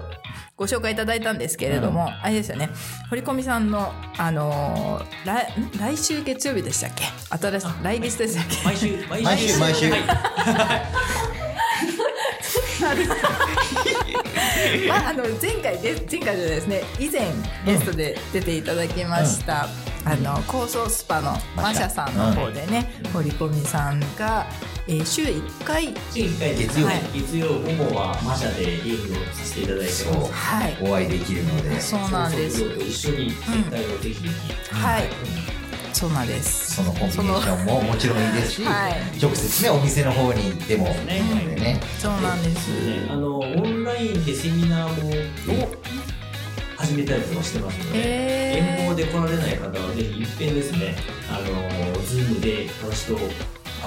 S2: ご紹介いただいたんですけれども、あれですよね堀込さんのあのー来ん来週月曜日でしたっけ新しい来月でしたっけ
S6: 毎週毎
S1: 毎週毎週
S6: はい
S2: まあ、あの前回で前回でですね以前ゲストで出ていただきました、あの高層スパのマシャさんの方でね、堀込さんが、えー週1回
S4: 週1回
S1: 月曜
S4: はい月曜午後はマシャでリーグをさせていただいて
S1: そ
S4: ます
S2: はい
S1: お会いできるので
S2: そうなんです
S4: 卒業と一緒に全体をぜひぜひ、
S2: はいそうなんです
S1: そのコンビネーションももちろんいいですし、
S2: はい
S1: 直接ねお店の方に行ってもいいの
S4: ね
S1: でね、
S2: そうなんです
S4: ねあのオンラインでセミナーもを始めたりとかしてますので、
S2: えー
S4: 遠方で来られない方はぜひ一遍ですねあのズームで私と会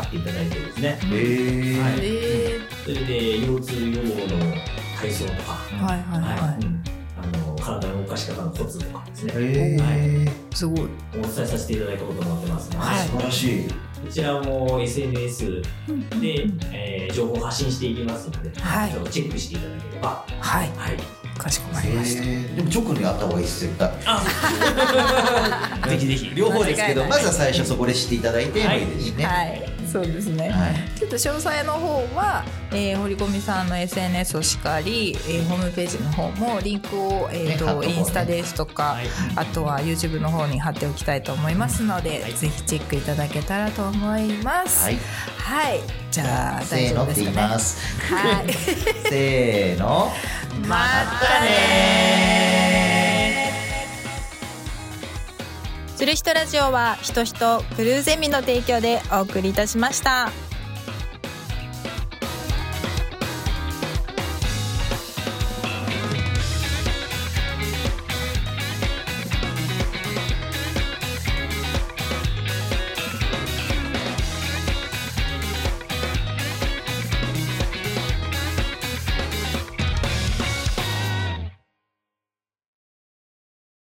S4: っていただいてですね
S1: えー
S4: は
S2: え
S4: それで腰痛予防の体操とか、
S2: ーはいはいはい、
S4: はいうんあの体の動かし方のコツとかですね、
S1: えー
S2: すごい
S4: お伝えさせていただいたこともあってますので、
S2: はい
S1: 素晴らしい
S4: こちらも SNS で、えー情報を発信していきますので、
S2: はい
S4: ちょっとチェックしていただければ、
S2: はい
S4: はい、
S2: かしこま
S1: え
S2: りました、
S1: ーでも直にあった方がいいです絶対
S6: ぜひぜひ
S1: 両方ですけ
S2: 間違いな
S1: ど
S2: い
S1: まずは最初そこで知っていただいてもいいですしね、
S2: はいそうですね、
S1: はい
S2: ちょっと詳細の方は、えー、堀込さんの SNS をしかり、えー、ホームページの方もリンクを、え
S1: ね貼っ
S2: ーと
S1: とこうね
S2: インスタですとか、
S4: はい
S2: あとは YouTube の方に貼っておきたいと思いますので、ぜひチェックいただけたらと思います。
S1: はい、
S2: はい、じゃあ大
S1: せー
S2: 丈
S1: の
S2: 夫
S1: っ
S2: で
S1: て
S2: す
S1: 言い
S2: かね。
S1: ます
S2: はい、
S1: [laughs] せーの
S2: またね
S7: つるひとラジオはひとひとクルーゼミの提供でお送りいたしました